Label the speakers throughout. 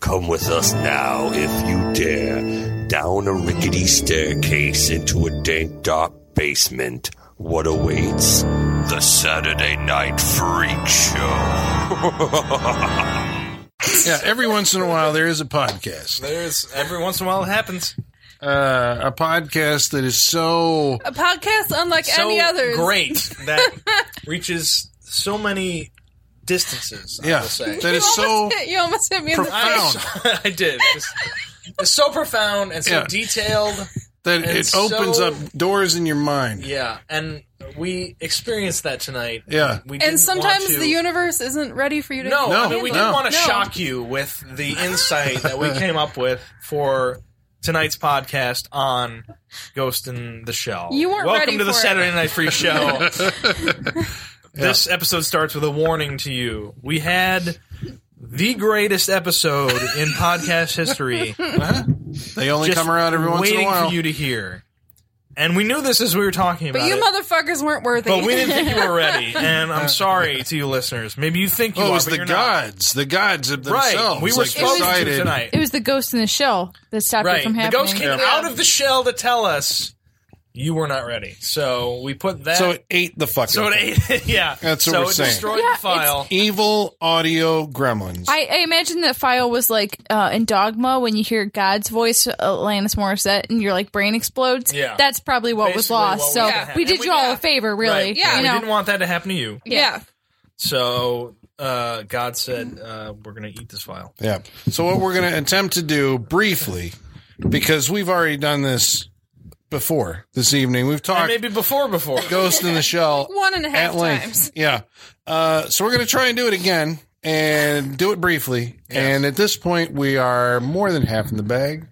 Speaker 1: Come with us now, if you dare, down a rickety staircase into a dank, dark basement. What awaits? The Saturday Night Freak Show.
Speaker 2: Yeah, every once in a while there is a podcast.
Speaker 3: There's every once in a while it happens.
Speaker 2: Uh, a podcast that is so
Speaker 4: A podcast unlike
Speaker 3: So
Speaker 4: any others.
Speaker 3: great that reaches so many distances. I
Speaker 2: Yeah.
Speaker 3: will say.
Speaker 2: That
Speaker 4: You
Speaker 2: is so
Speaker 4: almost hit, you almost hit me in the
Speaker 2: profound.
Speaker 4: face.
Speaker 3: I, so- I did. It's, it's so profound and so
Speaker 2: Yeah.
Speaker 3: detailed.
Speaker 2: that
Speaker 3: and
Speaker 2: it opens
Speaker 3: so-
Speaker 2: up doors in your mind.
Speaker 3: Yeah, and we experienced that tonight.
Speaker 2: Yeah.
Speaker 3: we didn't
Speaker 4: And
Speaker 3: want
Speaker 4: sometimes
Speaker 3: to-
Speaker 4: the universe isn't ready for you to.
Speaker 3: No, I
Speaker 2: No,
Speaker 3: mean, we
Speaker 2: no.
Speaker 3: didn't want to
Speaker 4: No.
Speaker 3: shock you with the insight that we came up with for tonight's podcast on Ghost in the Shell.
Speaker 4: You weren't
Speaker 3: Welcome
Speaker 4: ready
Speaker 3: to the
Speaker 4: for it.
Speaker 3: Saturday Night Free Show. This episode starts with a warning to you. We had the greatest episode in podcast history.
Speaker 2: They only
Speaker 3: just
Speaker 2: come around every once in
Speaker 3: waiting
Speaker 2: a while.
Speaker 3: for you to hear. And we knew this as we were talking about
Speaker 4: But you
Speaker 3: it.
Speaker 4: motherfuckers weren't worthy.
Speaker 3: but we didn't think you were ready, and I'm sorry to you listeners. Maybe you think you
Speaker 2: oh, it
Speaker 3: are,
Speaker 2: was
Speaker 3: but
Speaker 2: the
Speaker 3: you're not.
Speaker 2: gods, the gods of
Speaker 3: Right.
Speaker 2: themselves.
Speaker 3: we were
Speaker 2: like,
Speaker 3: spoken to
Speaker 2: decided-
Speaker 3: tonight.
Speaker 5: It was the ghost in the shell that stopped it
Speaker 3: Right.
Speaker 5: from
Speaker 3: The
Speaker 5: happening.
Speaker 3: ghost came out of the shell to tell us you were not ready. So we put that.
Speaker 2: So it ate the fucking.
Speaker 3: so it ate. yeah.
Speaker 2: That's what
Speaker 3: so
Speaker 2: we're
Speaker 3: it
Speaker 2: saying.
Speaker 3: destroyed
Speaker 5: Yeah,
Speaker 3: the file.
Speaker 2: evil audio gremlins.
Speaker 5: I, I imagine that file was like uh, in Dogma when you hear God's voice, uh, Alanis Morissette, and your like brain explodes.
Speaker 3: Yeah.
Speaker 5: That's probably what was
Speaker 3: Basically what
Speaker 5: lost.
Speaker 3: was
Speaker 5: so
Speaker 3: happening.
Speaker 5: we
Speaker 3: And
Speaker 5: did
Speaker 3: we-
Speaker 5: you all
Speaker 3: yeah.
Speaker 5: a favor, really.
Speaker 3: Right.
Speaker 4: Yeah.
Speaker 5: You
Speaker 3: We
Speaker 5: know?
Speaker 3: didn't want that to happen to you.
Speaker 4: Yeah.
Speaker 3: So uh, God said, uh, we're going to eat this file.
Speaker 2: yeah. So what we're going to attempt to do briefly, because we've already done this before this evening. We've
Speaker 3: And
Speaker 2: talked
Speaker 3: maybe before, before.
Speaker 2: Ghost in the Shell
Speaker 4: One and a half
Speaker 2: at length.
Speaker 4: times.
Speaker 2: Yeah. Uh, so we're going to try and do it again and do it briefly. And at this point, we are more than half in the bag.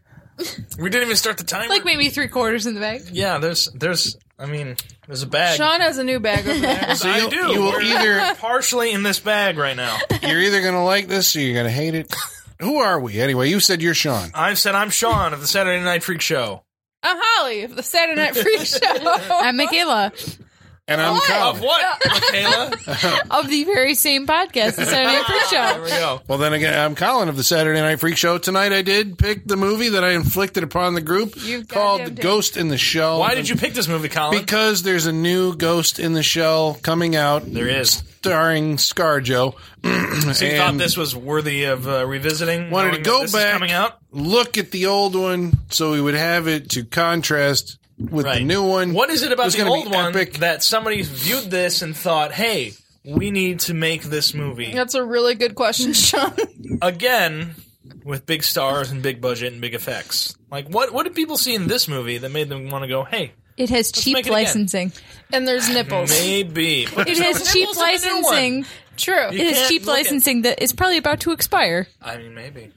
Speaker 3: We didn't even start the timer.
Speaker 5: Like maybe three quarters in the bag.
Speaker 3: yeah, there's, there's, I mean, there's a bag.
Speaker 4: Sean has a new bag over there.
Speaker 3: So I
Speaker 2: you'll-
Speaker 3: do.
Speaker 2: you will
Speaker 3: We're
Speaker 2: either-
Speaker 3: partially in this bag right now.
Speaker 2: You're either going to like this or you're going to hate it. Who are we anyway? You said you're Sean.
Speaker 3: I've said I'm Sean of the Saturday Night Freak Show.
Speaker 4: I'm Holly of the Saturday Night Freak Show.
Speaker 5: I'm Michaela
Speaker 2: And I'm
Speaker 3: Of
Speaker 2: Colin.
Speaker 3: what, Michaela?
Speaker 5: of the very same podcast, the Saturday Night Freak
Speaker 3: there
Speaker 5: Show.
Speaker 3: we go.
Speaker 2: Well, then again, I'm Colin of the Saturday Night Freak Show. Tonight, I did pick the movie that I inflicted upon the group
Speaker 4: You
Speaker 2: called
Speaker 4: goddamn
Speaker 2: The
Speaker 4: did.
Speaker 2: Ghost in the Shell.
Speaker 3: Why did you pick this movie, Colin?
Speaker 2: Because there's a new Ghost in the Shell coming out
Speaker 3: there is.
Speaker 2: starring ScarJo.
Speaker 3: So you thought this was worthy of uh, revisiting?
Speaker 2: wanted to
Speaker 3: knowing
Speaker 2: go
Speaker 3: that this is
Speaker 2: back
Speaker 3: coming out.
Speaker 2: look at the old one so we would have it to contrast with
Speaker 3: Right.
Speaker 2: the new one
Speaker 3: What is it about
Speaker 2: It's
Speaker 3: the
Speaker 2: gonna
Speaker 3: old
Speaker 2: be
Speaker 3: one
Speaker 2: epic.
Speaker 3: that somebody viewed this and thought, "Hey, we need to make this movie
Speaker 4: That's a really good question, Sean.
Speaker 3: again with big stars and big budget and big effects"? Like, what what did people see in this movie that made them want to go, "Hey,
Speaker 5: It has cheap
Speaker 3: make it again.
Speaker 5: licensing.
Speaker 4: And there's nipples.
Speaker 3: maybe"? But
Speaker 5: It
Speaker 3: there's no
Speaker 5: has cheap
Speaker 3: nipples in the new one.
Speaker 5: licensing.
Speaker 4: True.
Speaker 3: You
Speaker 5: It
Speaker 3: can't
Speaker 5: has cheap
Speaker 3: look at-
Speaker 5: licensing that is probably about to expire.
Speaker 3: I mean, maybe.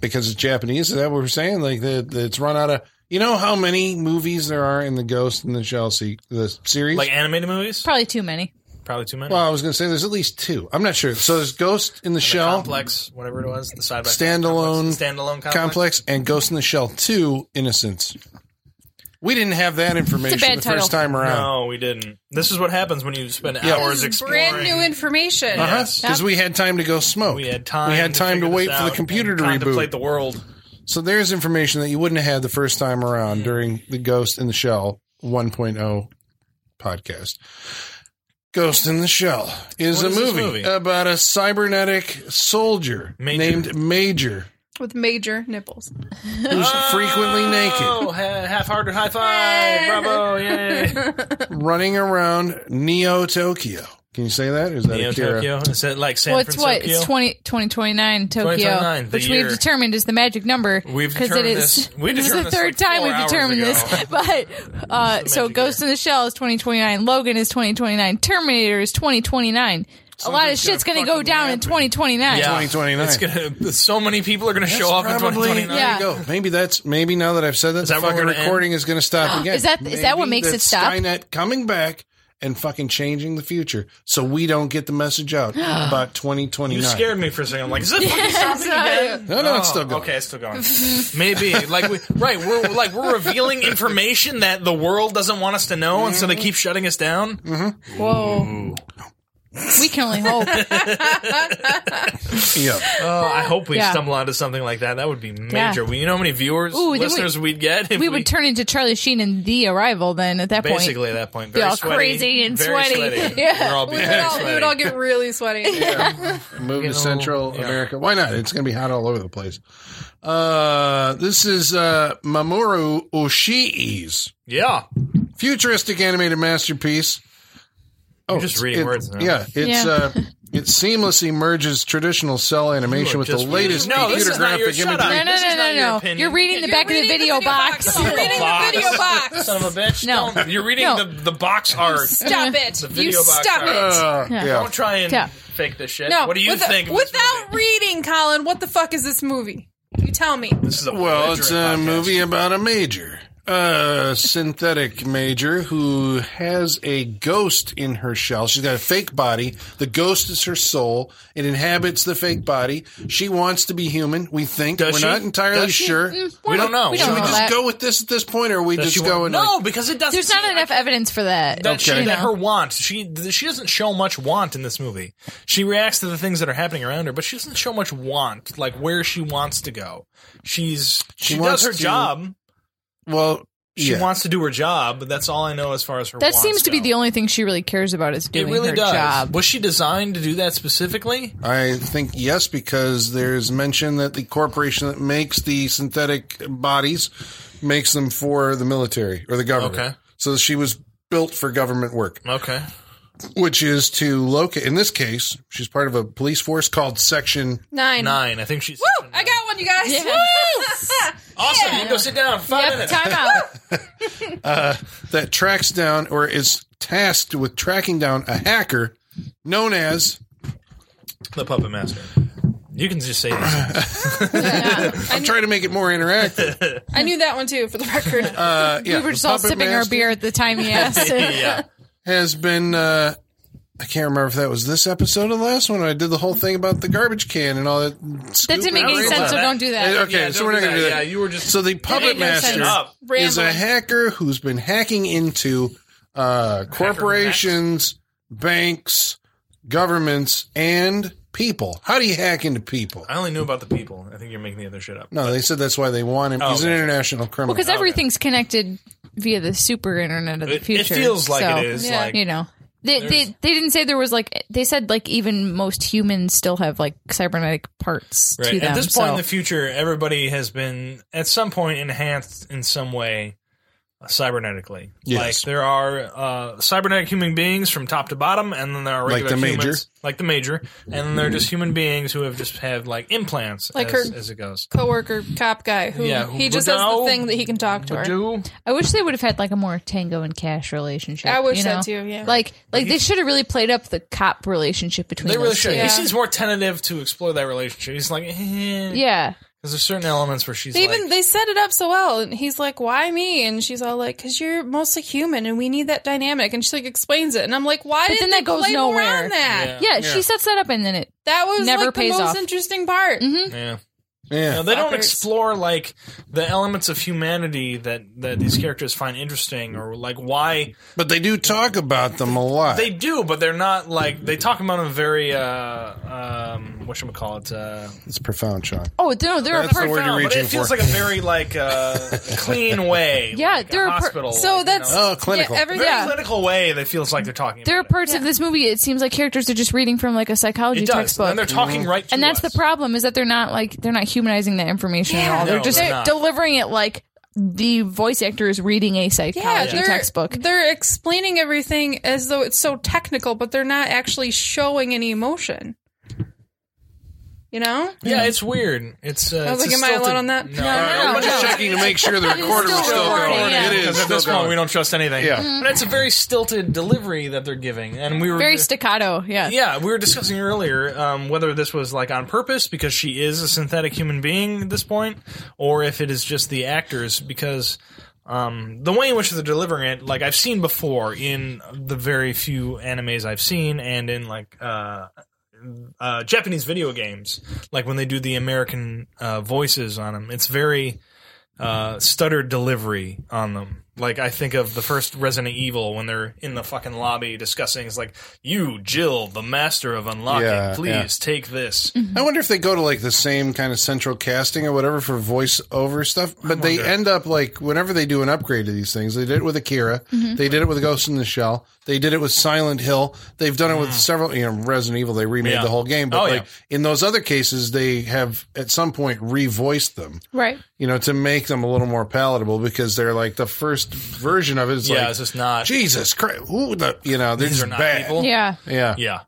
Speaker 2: because it's japanese is that what we're saying like the, the- it's run out of you know how many movies there are in the ghost in the shell se- the series
Speaker 3: Like animated movies,
Speaker 5: Probably too many.
Speaker 3: probably too many.
Speaker 2: well i was going to say there's at least two i'm not sure so there's ghost in the shell
Speaker 3: complex, whatever it was, the side by
Speaker 2: Standalone-
Speaker 3: standalone complex.
Speaker 2: complex and ghost in the shell 2 innocence we didn't have that information
Speaker 5: bad
Speaker 2: the
Speaker 5: title.
Speaker 2: first time around
Speaker 3: No, we didn't. This is what happens when you spend
Speaker 2: Yeah.
Speaker 3: hours
Speaker 4: This is
Speaker 3: exploring. Uh-huh.
Speaker 4: brand new information.
Speaker 2: because we had time to go smoke
Speaker 3: We had time.
Speaker 2: we had time to
Speaker 3: figure
Speaker 2: wait
Speaker 3: this
Speaker 2: for the
Speaker 3: out
Speaker 2: computer
Speaker 3: and
Speaker 2: to
Speaker 3: contemplate
Speaker 2: reboot
Speaker 3: the world.
Speaker 2: So there's information that you wouldn't have had the first time around during the Ghost in the Shell 1.0 podcast. Ghost in the Shell is
Speaker 3: What
Speaker 2: a
Speaker 3: is this
Speaker 2: movie,
Speaker 3: movie?
Speaker 2: about a cybernetic soldier
Speaker 3: Major.
Speaker 2: named Major
Speaker 4: With major nipples.
Speaker 2: who's frequently naked
Speaker 3: Oh, ha- half-hearted high five! Bravo! Yay!
Speaker 2: running around Neo Tokyo. Can you say that? Or is that
Speaker 3: Neo
Speaker 2: Akira?
Speaker 3: Tokyo. Is it like San
Speaker 5: Well, it's
Speaker 3: Francisco?
Speaker 5: what? It's 20, 2029 Tokyo,
Speaker 3: 2029, the
Speaker 5: which
Speaker 3: year.
Speaker 5: we've determined is the magic number.
Speaker 3: We've
Speaker 5: because it
Speaker 3: determined
Speaker 5: is.
Speaker 3: this- we
Speaker 5: this is the
Speaker 3: determined this,
Speaker 5: third
Speaker 3: like,
Speaker 5: time
Speaker 3: four
Speaker 5: we've
Speaker 3: hours
Speaker 5: determined
Speaker 3: ago.
Speaker 5: this. But uh, so,
Speaker 3: magic
Speaker 5: Ghost in the Shell is twenty twenty nine. Logan is twenty twenty nine. Terminator is twenty twenty nine. A lot of
Speaker 3: Something's
Speaker 5: shit's
Speaker 3: gonna
Speaker 5: going to go
Speaker 3: fucking
Speaker 5: down in
Speaker 3: happen.
Speaker 5: twenty twenty nine.
Speaker 3: Yeah.
Speaker 2: 2029.
Speaker 3: It's gonna. So many people are gonna
Speaker 2: That's
Speaker 3: show up in
Speaker 2: probably-
Speaker 3: 2029.
Speaker 5: Yeah.
Speaker 2: There you go. Maybe that's maybe now that I've said that,
Speaker 3: that
Speaker 2: the
Speaker 3: where we're
Speaker 2: fucking
Speaker 3: gonna end?
Speaker 2: recording is going to stop again.
Speaker 5: Is that- is that what makes it
Speaker 2: that's
Speaker 5: stop?
Speaker 2: Skynet coming back and fucking changing the future, so we don't get the message out about twenty twenty
Speaker 3: You
Speaker 2: nine.
Speaker 3: scared me for a second. I'm like, is this fucking stopping again?
Speaker 2: No, no, it's
Speaker 3: Oh,
Speaker 2: still going.
Speaker 3: Okay, it's still going. Maybe like we right, we're like we're revealing information
Speaker 2: Mm-hmm.
Speaker 3: that the world doesn't want us to know, and so they keep shutting us down.
Speaker 5: Whoa. We can only hope.
Speaker 2: Yep.
Speaker 3: Oh, I hope we
Speaker 5: Yeah.
Speaker 3: stumble onto something like that. That would be major. We, you know how many viewers,
Speaker 5: Ooh, then we-
Speaker 3: listeners we, would get? If
Speaker 5: we would turn into Charlie Sheen and The Arrival then at that point.
Speaker 3: basically at that point. Very
Speaker 5: all
Speaker 3: sweaty,
Speaker 5: crazy and
Speaker 3: very
Speaker 5: sweaty.
Speaker 3: yeah. We're all
Speaker 4: We
Speaker 3: being
Speaker 4: would,
Speaker 3: very
Speaker 4: all, we would all
Speaker 3: sweaty.
Speaker 4: get really sweaty.
Speaker 2: Move
Speaker 3: Get a
Speaker 2: to
Speaker 3: little-
Speaker 2: Central
Speaker 3: yeah.
Speaker 2: America. Why not? It's going to be hot all over the place. Uh, this is uh, Mamoru Oshii's
Speaker 3: Yeah.
Speaker 2: futuristic animated masterpiece. Oh,
Speaker 3: just
Speaker 2: it's-
Speaker 3: reading
Speaker 2: it-
Speaker 3: words now.
Speaker 2: Yeah, it's
Speaker 5: Yeah.
Speaker 2: uh, it seamlessly merges traditional cell animation
Speaker 3: You are
Speaker 2: with the
Speaker 3: just-
Speaker 2: latest
Speaker 3: No, this
Speaker 2: computer
Speaker 3: is not your-
Speaker 2: graphic
Speaker 3: shut
Speaker 2: imagery.
Speaker 3: up.
Speaker 5: no, no,
Speaker 3: This is
Speaker 5: no,
Speaker 3: not your
Speaker 5: no, no.
Speaker 3: opinion.
Speaker 5: You're reading
Speaker 4: You're
Speaker 5: the back of the
Speaker 4: reading
Speaker 5: video box.
Speaker 4: You're reading the
Speaker 3: Box.
Speaker 4: video box.
Speaker 3: Son of a bitch.
Speaker 5: No.
Speaker 3: Don't- You're reading the,
Speaker 5: No.
Speaker 3: the box art.
Speaker 4: Stop it.
Speaker 3: The
Speaker 4: You
Speaker 3: video box
Speaker 4: stop
Speaker 3: art.
Speaker 4: it.
Speaker 2: Uh,
Speaker 5: Yeah.
Speaker 2: yeah.
Speaker 3: Don't try and
Speaker 5: Yeah.
Speaker 3: fake this shit.
Speaker 4: no.
Speaker 3: what do you
Speaker 4: with-
Speaker 3: think? of this
Speaker 4: Without
Speaker 3: movie?
Speaker 4: reading, Colin, what the fuck is this movie? You tell me.
Speaker 3: This is a
Speaker 2: Well, it's a
Speaker 3: belligerent podcast.
Speaker 2: movie about a major, a synthetic major who has a ghost in her shell. She's got a fake body. The ghost is her soul. It inhabits the fake body. She wants to be human. We think
Speaker 3: Does
Speaker 2: we're
Speaker 3: she?
Speaker 2: not entirely
Speaker 3: Does she?
Speaker 2: sure.
Speaker 3: We don't know.
Speaker 5: Mm, We
Speaker 2: Should
Speaker 5: don't
Speaker 2: we
Speaker 5: know
Speaker 2: just
Speaker 5: that.
Speaker 2: go with this at this point, or are we
Speaker 3: Does she
Speaker 2: just going?
Speaker 3: want- No, because it doesn't.
Speaker 5: There's not
Speaker 3: seem-
Speaker 5: enough evidence for that.
Speaker 3: that she,
Speaker 2: Okay.
Speaker 3: that
Speaker 5: No.
Speaker 3: her want she th- she doesn't show much want in this movie she reacts to the things that are happening around her but she doesn't show much want like where she wants to go she's she, does
Speaker 2: wants
Speaker 3: her
Speaker 2: to-
Speaker 3: job
Speaker 2: Well,
Speaker 3: she
Speaker 2: yeah.
Speaker 3: wants to do her job but that's all i know as far as her
Speaker 5: That
Speaker 3: wants
Speaker 5: seems to be
Speaker 3: go.
Speaker 5: the only thing she really cares about is doing
Speaker 3: it really
Speaker 5: her
Speaker 3: does
Speaker 5: job.
Speaker 3: was she designed to do that specifically
Speaker 2: I think yes, because there's mention that the corporation that makes the synthetic bodies makes them for the military or the government.
Speaker 3: Okay.
Speaker 2: So she was built for government work,
Speaker 3: okay
Speaker 2: which is to locate. In this case, she's part of a police force called Section.
Speaker 4: Nine.
Speaker 3: nine i think she's
Speaker 4: Woo! I got one, you guys.
Speaker 5: Yeah.
Speaker 4: Woo!
Speaker 3: awesome you go sit down five
Speaker 5: Yep,
Speaker 3: minutes
Speaker 5: time out.
Speaker 2: that tracks down or is tasked with tracking down a hacker known as
Speaker 3: the puppet master you can just say this.
Speaker 2: I'm trying to make it more interactive.
Speaker 4: I knew that one too, for the record.
Speaker 2: Uh, yeah,
Speaker 5: We were just all sipping our beer at the time he asked.
Speaker 3: yeah
Speaker 2: has been uh I can't remember if that was this episode or the last one. I did the whole thing about the garbage can and all that.
Speaker 5: That didn't make any
Speaker 3: Really?
Speaker 5: sense, so
Speaker 3: That-
Speaker 5: don't do
Speaker 2: Uh,
Speaker 5: that.
Speaker 2: okay,
Speaker 3: Yeah,
Speaker 2: so
Speaker 3: don't
Speaker 2: we're not
Speaker 3: do
Speaker 2: going to do
Speaker 3: that.
Speaker 2: that.
Speaker 3: Yeah, you were just-
Speaker 2: so the puppet
Speaker 5: made no sense.
Speaker 2: master
Speaker 3: Up.
Speaker 2: is a
Speaker 4: Rambling.
Speaker 2: hacker who's been hacking into uh, corporations, banks, governments, and people. How do you hack into people?
Speaker 3: i only knew about the people i think you're making the other shit up
Speaker 2: No, they said that's why they want him.
Speaker 3: Oh,
Speaker 2: He's an
Speaker 3: okay.
Speaker 2: international criminal.
Speaker 5: Because everything's connected via the super internet of the
Speaker 3: It- it
Speaker 5: future.
Speaker 3: feels like
Speaker 5: so,
Speaker 3: it is,
Speaker 4: Yeah.
Speaker 3: like-
Speaker 5: you know. They, they
Speaker 3: There's-
Speaker 5: they didn't say there was like they said like even most humans still have like cybernetic parts to
Speaker 3: Right.
Speaker 5: them.
Speaker 3: At this point
Speaker 5: so.
Speaker 3: in the future, everybody has been at some point enhanced in some way uh, cybernetically.
Speaker 2: Yes.
Speaker 3: Like there are uh, cybernetic human beings from top to bottom, and then there are
Speaker 2: Like
Speaker 3: regular
Speaker 2: the major.
Speaker 3: humans, like the major, and then there are just human beings who have just have like implants
Speaker 4: Like
Speaker 3: as,
Speaker 4: her-
Speaker 3: as it goes.
Speaker 4: Coworker, cop guy, who
Speaker 3: Yeah,
Speaker 4: he just has the
Speaker 3: Waddell.
Speaker 4: thing that he can talk to her.
Speaker 3: Do
Speaker 5: I wish they would have had like a more tango and cash relationship.
Speaker 4: I wish
Speaker 5: you
Speaker 4: that
Speaker 5: know?
Speaker 4: too, yeah.
Speaker 5: Like like they should have really played up the cop relationship between.
Speaker 3: they really
Speaker 5: those
Speaker 3: should?
Speaker 5: two.
Speaker 3: He
Speaker 4: Yeah.
Speaker 3: seems more tentative to explore that relationship. He's like, eh. yeah,
Speaker 5: Yeah.
Speaker 3: because there's certain elements where she's
Speaker 4: They
Speaker 3: like,
Speaker 4: even they set it up so well, and he's like, "Why me?" And she's all like, "Cause you're mostly human, and we need that dynamic." And she like explains it, and I'm like, "Why?"
Speaker 5: But
Speaker 4: didn't
Speaker 5: then that
Speaker 4: they
Speaker 5: goes
Speaker 4: play more
Speaker 5: nowhere.
Speaker 4: on that
Speaker 3: Yeah.
Speaker 5: yeah, she sets that up and then it.
Speaker 4: that was
Speaker 5: Never
Speaker 4: like the
Speaker 5: pays
Speaker 4: most
Speaker 5: off. Mm-hmm.
Speaker 4: interesting part.
Speaker 3: yeah.
Speaker 2: yeah.
Speaker 3: Now, they don't
Speaker 4: Fuckers.
Speaker 3: explore like the elements of humanity that, that these characters find interesting, or like why
Speaker 2: but they do talk about them a lot.
Speaker 3: They do, but they're not like they talk about them very uh um what should we call it? Uh
Speaker 2: it's profound, Sean.
Speaker 5: Oh no, there are
Speaker 2: That's the
Speaker 5: perfect.
Speaker 2: word you're
Speaker 3: but
Speaker 2: reaching
Speaker 3: it feels
Speaker 2: for.
Speaker 3: like a very like uh clean way.
Speaker 5: Yeah,
Speaker 3: like a
Speaker 5: there are per-
Speaker 3: hospital.
Speaker 4: So
Speaker 3: like,
Speaker 4: that's
Speaker 3: you know,
Speaker 2: Oh, clinical.
Speaker 4: Yeah, every,
Speaker 3: very
Speaker 5: yeah.
Speaker 3: clinical way that feels like they're talking.
Speaker 5: There are
Speaker 3: about
Speaker 5: parts of this movie. It seems like characters are just reading from like a
Speaker 3: it.
Speaker 5: psychology
Speaker 3: It does,
Speaker 5: textbook,
Speaker 3: and they're talking right. To
Speaker 5: And that's
Speaker 3: us.
Speaker 5: the problem is that they're not like they're not humanizing that information at all.
Speaker 3: No,
Speaker 5: They're just
Speaker 3: they're not.
Speaker 5: delivering it like the voice actor is reading a
Speaker 4: yeah,
Speaker 5: psychology
Speaker 4: they're,
Speaker 5: textbook.
Speaker 4: They're explaining everything as though it's so technical, but they're not actually showing any emotion. You know,
Speaker 3: Yeah, it's weird. It's. Uh,
Speaker 4: I was
Speaker 3: it's
Speaker 4: like,
Speaker 3: a
Speaker 4: "Am I
Speaker 3: stilted-
Speaker 4: allowed on that?"
Speaker 3: No,
Speaker 2: All right, we're just checking to make sure the recorder
Speaker 5: still
Speaker 2: was still
Speaker 5: recording,
Speaker 2: going.
Speaker 5: yeah.
Speaker 2: It is
Speaker 3: Because at
Speaker 2: still
Speaker 3: this point,
Speaker 2: going.
Speaker 3: we don't trust anything.
Speaker 2: Yeah.
Speaker 3: But it's a very stilted delivery that they're giving, and we were
Speaker 5: Very staccato. Yeah.
Speaker 3: Yeah, we were discussing earlier um, whether this was like on purpose because she is a synthetic human being at this point, or if it is just the actors because um, the way in which they're delivering it, like I've seen before in the very few animes I've seen, and in like uh, uh, Japanese video games, like when they do the American uh, voices on them, it's very uh, stuttered delivery on them. Like I think of the first Resident Evil when they're in the fucking lobby discussing. It's like you, Jill, the master of unlocking.
Speaker 2: Yeah,
Speaker 3: please
Speaker 2: yeah.
Speaker 3: take this.
Speaker 5: Mhm.
Speaker 2: I wonder if they go to like the same kind of central casting or whatever for voiceover stuff, but they
Speaker 3: wonder.
Speaker 2: end up like whenever they do an upgrade to these things, they did it with Akira,
Speaker 5: Mm-hmm.
Speaker 2: they did it with Ghost in the Shell, they did it with Silent Hill, they've done it with several, you know, Resident Evil, they remade
Speaker 3: Mm. Yeah.
Speaker 2: the whole game, but
Speaker 3: Oh,
Speaker 2: like in those other cases, they have at some point revoiced them,
Speaker 5: Right.
Speaker 2: you know, to make them a little more palatable because they're like the first version of it is
Speaker 3: yeah,
Speaker 2: like,
Speaker 3: it's just not.
Speaker 2: Jesus Christ, who the, you know, they're
Speaker 3: These
Speaker 2: just
Speaker 3: are not
Speaker 2: bad.
Speaker 3: people.
Speaker 5: Yeah.
Speaker 2: Yeah.
Speaker 3: Yeah,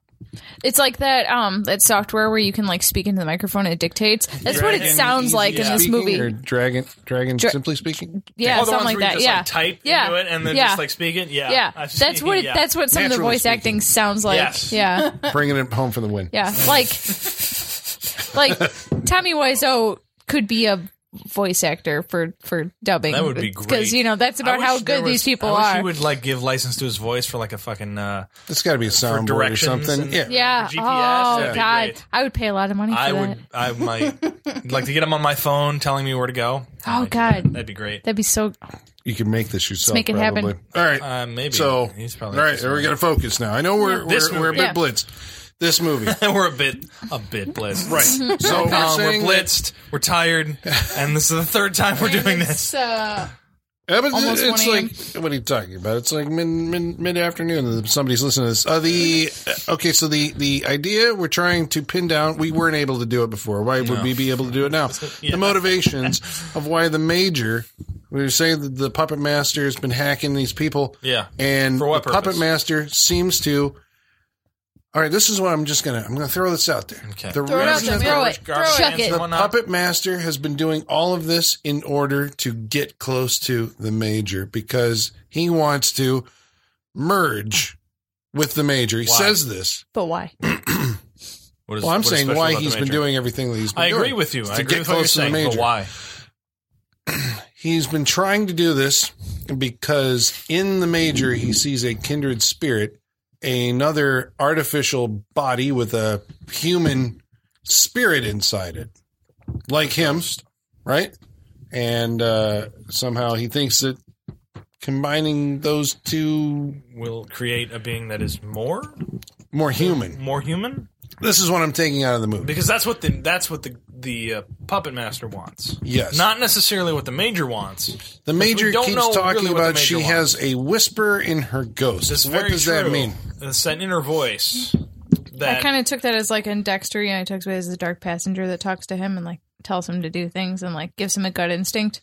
Speaker 5: It's like that um that software where you can like speak into the microphone and it dictates. That's what it
Speaker 3: Dragon
Speaker 5: sounds like in
Speaker 3: Easy
Speaker 5: this
Speaker 2: Speaking
Speaker 5: movie.
Speaker 2: or dragon, dragon,
Speaker 5: Dra-
Speaker 2: simply speaking.
Speaker 5: yeah,
Speaker 3: All the
Speaker 5: something
Speaker 3: ones
Speaker 5: like
Speaker 3: where you
Speaker 5: that.
Speaker 3: just,
Speaker 5: yeah.
Speaker 3: like, type
Speaker 5: yeah.
Speaker 3: into it and then
Speaker 5: yeah.
Speaker 3: just like speak it. Yeah,
Speaker 5: yeah.
Speaker 3: I've
Speaker 5: that's
Speaker 3: seen-
Speaker 5: what it,
Speaker 3: yeah.
Speaker 5: that's what some of the
Speaker 2: Naturally
Speaker 5: voice
Speaker 2: speaking.
Speaker 5: acting sounds like.
Speaker 3: Yes.
Speaker 5: Yeah.
Speaker 2: Bringing it home for the win.
Speaker 5: Uh, Yeah, like like Tommy Wiseau could be a voice actor for for dubbing.
Speaker 3: That would be great.
Speaker 5: because you know that's about
Speaker 3: I
Speaker 5: how
Speaker 3: wish there
Speaker 5: good
Speaker 3: was-
Speaker 5: these people
Speaker 3: I wish
Speaker 5: are.
Speaker 3: He would like give license to his voice for like a fucking. Uh,
Speaker 2: It's got to be a soundboard or
Speaker 3: directions
Speaker 2: something.
Speaker 3: and-
Speaker 2: yeah.
Speaker 5: yeah.
Speaker 3: GPS,
Speaker 5: oh
Speaker 3: that'd be
Speaker 5: God,
Speaker 3: great.
Speaker 5: I would pay a lot of money for
Speaker 3: I
Speaker 5: that.
Speaker 3: would. I might like to get him on my phone, telling me where to go.
Speaker 5: Oh,
Speaker 3: I'd-
Speaker 5: God.
Speaker 3: that'd be great.
Speaker 5: That'd be so.
Speaker 2: You can make this yourself.
Speaker 5: make it happen.
Speaker 2: probably. All right.
Speaker 3: Uh, maybe.
Speaker 2: so,
Speaker 3: He's
Speaker 2: all
Speaker 3: probably
Speaker 2: right. We're going to focus now. I know we're
Speaker 3: This
Speaker 2: we're, we're a bit
Speaker 5: movie. Yeah.
Speaker 2: blitzed. This movie.
Speaker 3: And we're a bit, a bit blitzed.
Speaker 2: right.
Speaker 5: Uh,
Speaker 2: So we're,
Speaker 3: Um, we're
Speaker 2: saying that-
Speaker 3: blitzed. We're tired, and this is the third time we're doing this.
Speaker 4: It's, uh,
Speaker 2: Yeah, but
Speaker 5: Almost
Speaker 2: it's
Speaker 5: 1 a.m.
Speaker 2: like what are you talking about? It's like mid mid mid afternoon. Somebody's listening to this. Uh, the uh, okay, so the the idea we're trying to pin down. We weren't able to do it before. Why would we be able to do it now? The motivations of why the major. We were saying that the puppet master has been hacking these people.
Speaker 3: Yeah.
Speaker 2: and
Speaker 3: For what
Speaker 2: the
Speaker 3: purpose?
Speaker 2: puppet master seems to. All right, this is what I'm just gonna. I'm gonna throw this out there.
Speaker 3: Okay.
Speaker 2: The
Speaker 5: Throw it out
Speaker 2: reason
Speaker 5: there.
Speaker 2: that
Speaker 5: Throw
Speaker 2: the-
Speaker 5: it. Throw
Speaker 3: Garbage
Speaker 5: it.
Speaker 3: cans
Speaker 5: Chuck it.
Speaker 3: and
Speaker 2: the
Speaker 3: whatnot.
Speaker 2: puppet master has been doing all of this in order to get close to the major because he wants to merge with the major. He
Speaker 3: Why?
Speaker 2: says this.
Speaker 5: But why?
Speaker 3: What is-
Speaker 2: Well, I'm
Speaker 3: what is
Speaker 2: saying
Speaker 3: special
Speaker 2: why
Speaker 3: about the
Speaker 2: he's been
Speaker 3: Major?
Speaker 2: doing everything that he's been
Speaker 3: I
Speaker 2: doing.
Speaker 3: agree with you.
Speaker 2: To
Speaker 3: I agree
Speaker 2: get
Speaker 3: with what you're
Speaker 2: close to the
Speaker 3: saying. But
Speaker 2: major.
Speaker 3: why?
Speaker 2: He's been trying to do this because in the major he sees a kindred spirit, another artificial body with a human spirit inside it, like him, right? And uh, somehow he thinks that combining those two
Speaker 3: Will create a being that is more,
Speaker 2: more human.
Speaker 3: more human,
Speaker 2: This is what I'm taking out of the movie.
Speaker 3: because that's what the that's what the the uh, puppet master wants.
Speaker 2: Yes,
Speaker 3: Not necessarily what the major wants.
Speaker 2: the major
Speaker 3: we don't know
Speaker 2: keeps talking
Speaker 3: really what the
Speaker 2: about she
Speaker 3: major
Speaker 2: has a whisper in her ghost.
Speaker 3: It's
Speaker 2: what
Speaker 3: very
Speaker 2: does
Speaker 3: true.
Speaker 2: that mean?
Speaker 3: It's that inner voice. That
Speaker 5: I kind of took that as like in Dexter, you know, he talks about as the dark passenger that talks to him and like tells him to do things and like gives him a gut instinct.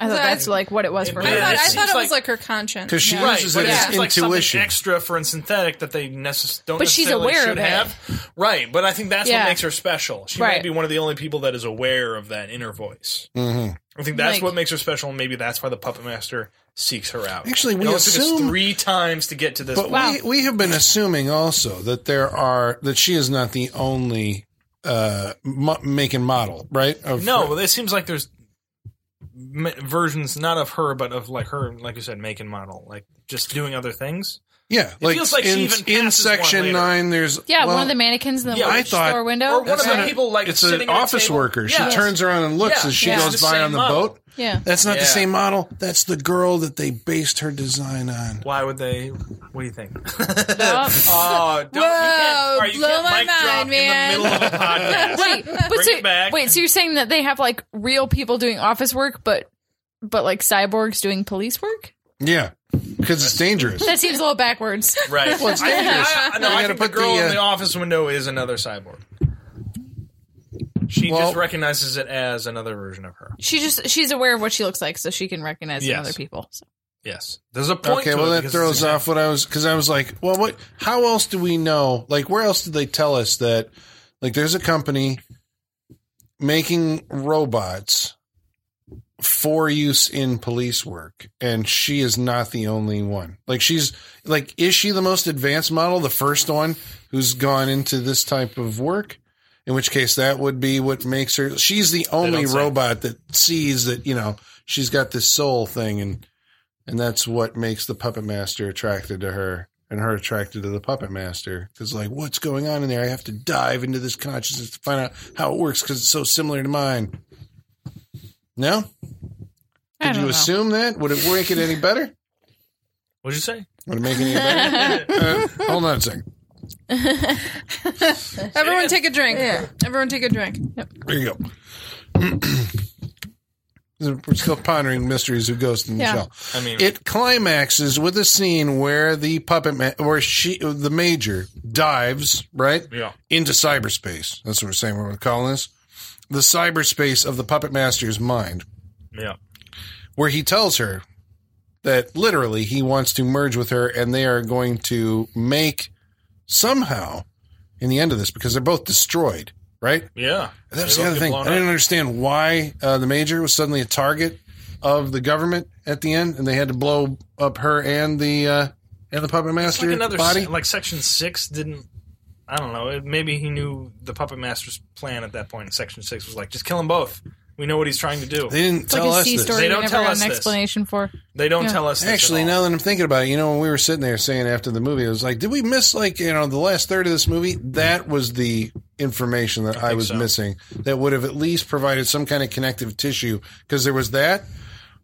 Speaker 5: I thought
Speaker 4: That-
Speaker 5: that's like what it was for
Speaker 3: I
Speaker 4: I
Speaker 5: her.
Speaker 3: Yeah,
Speaker 4: thought,
Speaker 3: it
Speaker 4: I
Speaker 3: seems
Speaker 4: thought it
Speaker 3: like-
Speaker 4: was like her conscience.
Speaker 2: Because she
Speaker 3: right,
Speaker 2: uses
Speaker 3: but
Speaker 2: it
Speaker 4: yeah.
Speaker 3: it's
Speaker 2: as
Speaker 3: just like
Speaker 2: intuition.
Speaker 3: something extra for in synthetic that they necess- don't
Speaker 5: But she's
Speaker 3: necessarily
Speaker 5: aware
Speaker 3: should
Speaker 5: of it.
Speaker 3: have. Right, but I think that's
Speaker 5: Yeah.
Speaker 3: what makes her special. She
Speaker 5: Right.
Speaker 3: might be one of the only people that is aware of that inner voice.
Speaker 2: Mm-hmm.
Speaker 3: I think that's
Speaker 5: Like-
Speaker 3: what makes her special, and maybe that's why the puppet master seeks her out.
Speaker 2: Actually, we
Speaker 3: it only took us
Speaker 2: assume-
Speaker 3: three times to get to this.
Speaker 2: But
Speaker 3: point.
Speaker 2: we, we have been assuming also that there are that she is not the only uh mo- make and model, right? Of,
Speaker 3: no, well, it seems like there's m- versions not of her, but of like her, like you said, make and model, like just doing other things.
Speaker 2: yeah, like,
Speaker 3: feels like she
Speaker 2: in,
Speaker 3: even
Speaker 2: in
Speaker 3: passes one
Speaker 2: section
Speaker 3: later.
Speaker 2: nine, there's
Speaker 5: yeah,
Speaker 2: well,
Speaker 5: one of the mannequins in the
Speaker 3: Yeah,
Speaker 5: liquor
Speaker 3: I
Speaker 2: thought-
Speaker 5: store window.
Speaker 3: Or one of
Speaker 5: That's
Speaker 3: the
Speaker 5: right.
Speaker 3: people like
Speaker 2: it's
Speaker 3: sitting
Speaker 2: an
Speaker 3: at a
Speaker 2: office
Speaker 3: table.
Speaker 2: worker.
Speaker 3: Yes.
Speaker 2: She turns around and looks
Speaker 3: Yeah,
Speaker 2: as she
Speaker 5: yeah.
Speaker 2: goes
Speaker 3: It's the
Speaker 2: by
Speaker 3: same
Speaker 2: on the
Speaker 3: model.
Speaker 2: boat.
Speaker 5: Yeah.
Speaker 2: That's not the
Speaker 3: Yeah.
Speaker 2: same model. That's the girl that they based her design on.
Speaker 3: Why would they? What do you think?
Speaker 5: Oh.
Speaker 3: Oh, don't, you can't,
Speaker 4: Whoa,
Speaker 3: all right, you
Speaker 4: blow
Speaker 3: can't
Speaker 4: my
Speaker 3: mic drop
Speaker 4: mind, man.
Speaker 3: in the middle of a podcast.
Speaker 5: wait, but
Speaker 3: Bring
Speaker 5: so,
Speaker 3: it back.
Speaker 5: wait, so you're saying that they have like real people doing office work, but but like cyborgs doing police work?
Speaker 2: Yeah, because it's dangerous.
Speaker 5: That seems a little backwards.
Speaker 3: Right.
Speaker 2: Well, it's dangerous.
Speaker 3: I, I, no,
Speaker 2: You
Speaker 3: I
Speaker 2: gotta
Speaker 3: think the
Speaker 2: put the,
Speaker 3: girl
Speaker 2: uh,
Speaker 3: in the office window is another cyborg. She
Speaker 2: Well-
Speaker 3: just recognizes it as another version of her.
Speaker 5: She just she's aware of what she looks like, so she can recognize
Speaker 3: Yes.
Speaker 5: other people. So.
Speaker 3: Yes. There's a point.
Speaker 2: Okay,
Speaker 3: to
Speaker 2: well
Speaker 3: it
Speaker 2: that
Speaker 3: because
Speaker 2: throws
Speaker 3: it's-
Speaker 2: off what I was because I was like, well, what? How else do we know? Like, where else did they tell us that? Like, there's a company making robots for use in police work, and she is not the only one. Like, she's like, is she the most advanced model, the first one who's gone into this type of work? In which case, that would be what makes her. She's the only
Speaker 3: say.
Speaker 2: robot that sees that you know she's got this soul thing and. And that's what makes the puppet master attracted to her and her attracted to the puppet master. Cause like, what's going on in there? I have to dive into this consciousness to find out how it works because it's so similar to mine. No?
Speaker 5: I
Speaker 2: Did
Speaker 5: don't
Speaker 2: you
Speaker 5: know.
Speaker 2: assume that? Would it make it any better?
Speaker 3: What'd you say?
Speaker 2: Would it make it any better? Uh, hold on a second.
Speaker 4: Everyone take a drink. Everyone take a drink.
Speaker 2: There you go. We're still pondering mysteries of Ghost in the
Speaker 5: Yeah.
Speaker 2: Shell.
Speaker 3: I mean,
Speaker 2: It climaxes with a scene where the puppet ma- or she, the major, dives right
Speaker 3: yeah.
Speaker 2: into cyberspace. That's what we're saying. We're calling this the cyberspace of the puppet master's mind,
Speaker 3: Yeah.
Speaker 2: where he tells her that literally he wants to merge with her, and they are going to make somehow in the end of this because they're both destroyed, right?
Speaker 3: Yeah.
Speaker 2: That's
Speaker 3: They
Speaker 2: the
Speaker 3: both
Speaker 2: other
Speaker 3: get
Speaker 2: thing.
Speaker 3: blown
Speaker 2: I didn't
Speaker 3: up.
Speaker 2: understand why uh, the major was suddenly a target of the government at the end, and they had to blow up her and the uh, and the puppet
Speaker 3: It's
Speaker 2: master
Speaker 3: like another
Speaker 2: body.
Speaker 3: se- like section six didn't. I don't know. it- Maybe he knew the puppet master's plan at that point. Section six was like, just kill them both. We know what he's trying to do.
Speaker 2: they didn't
Speaker 5: It's
Speaker 2: tell
Speaker 5: like a
Speaker 2: us
Speaker 5: sea
Speaker 2: this.
Speaker 5: story
Speaker 3: They
Speaker 5: we
Speaker 3: don't
Speaker 5: never
Speaker 3: tell
Speaker 5: got
Speaker 3: us
Speaker 5: an
Speaker 3: this.
Speaker 5: explanation for.
Speaker 3: They don't
Speaker 5: Yeah.
Speaker 3: tell us. this at
Speaker 2: Actually,
Speaker 3: all.
Speaker 2: now that I'm thinking about it, you know, when we were sitting there saying after the movie, it was like, did we miss like you know the last third of this movie? That was the information that I,
Speaker 3: think
Speaker 2: was
Speaker 3: so.
Speaker 2: missing. That would have at least provided some kind of connective tissue because there was that.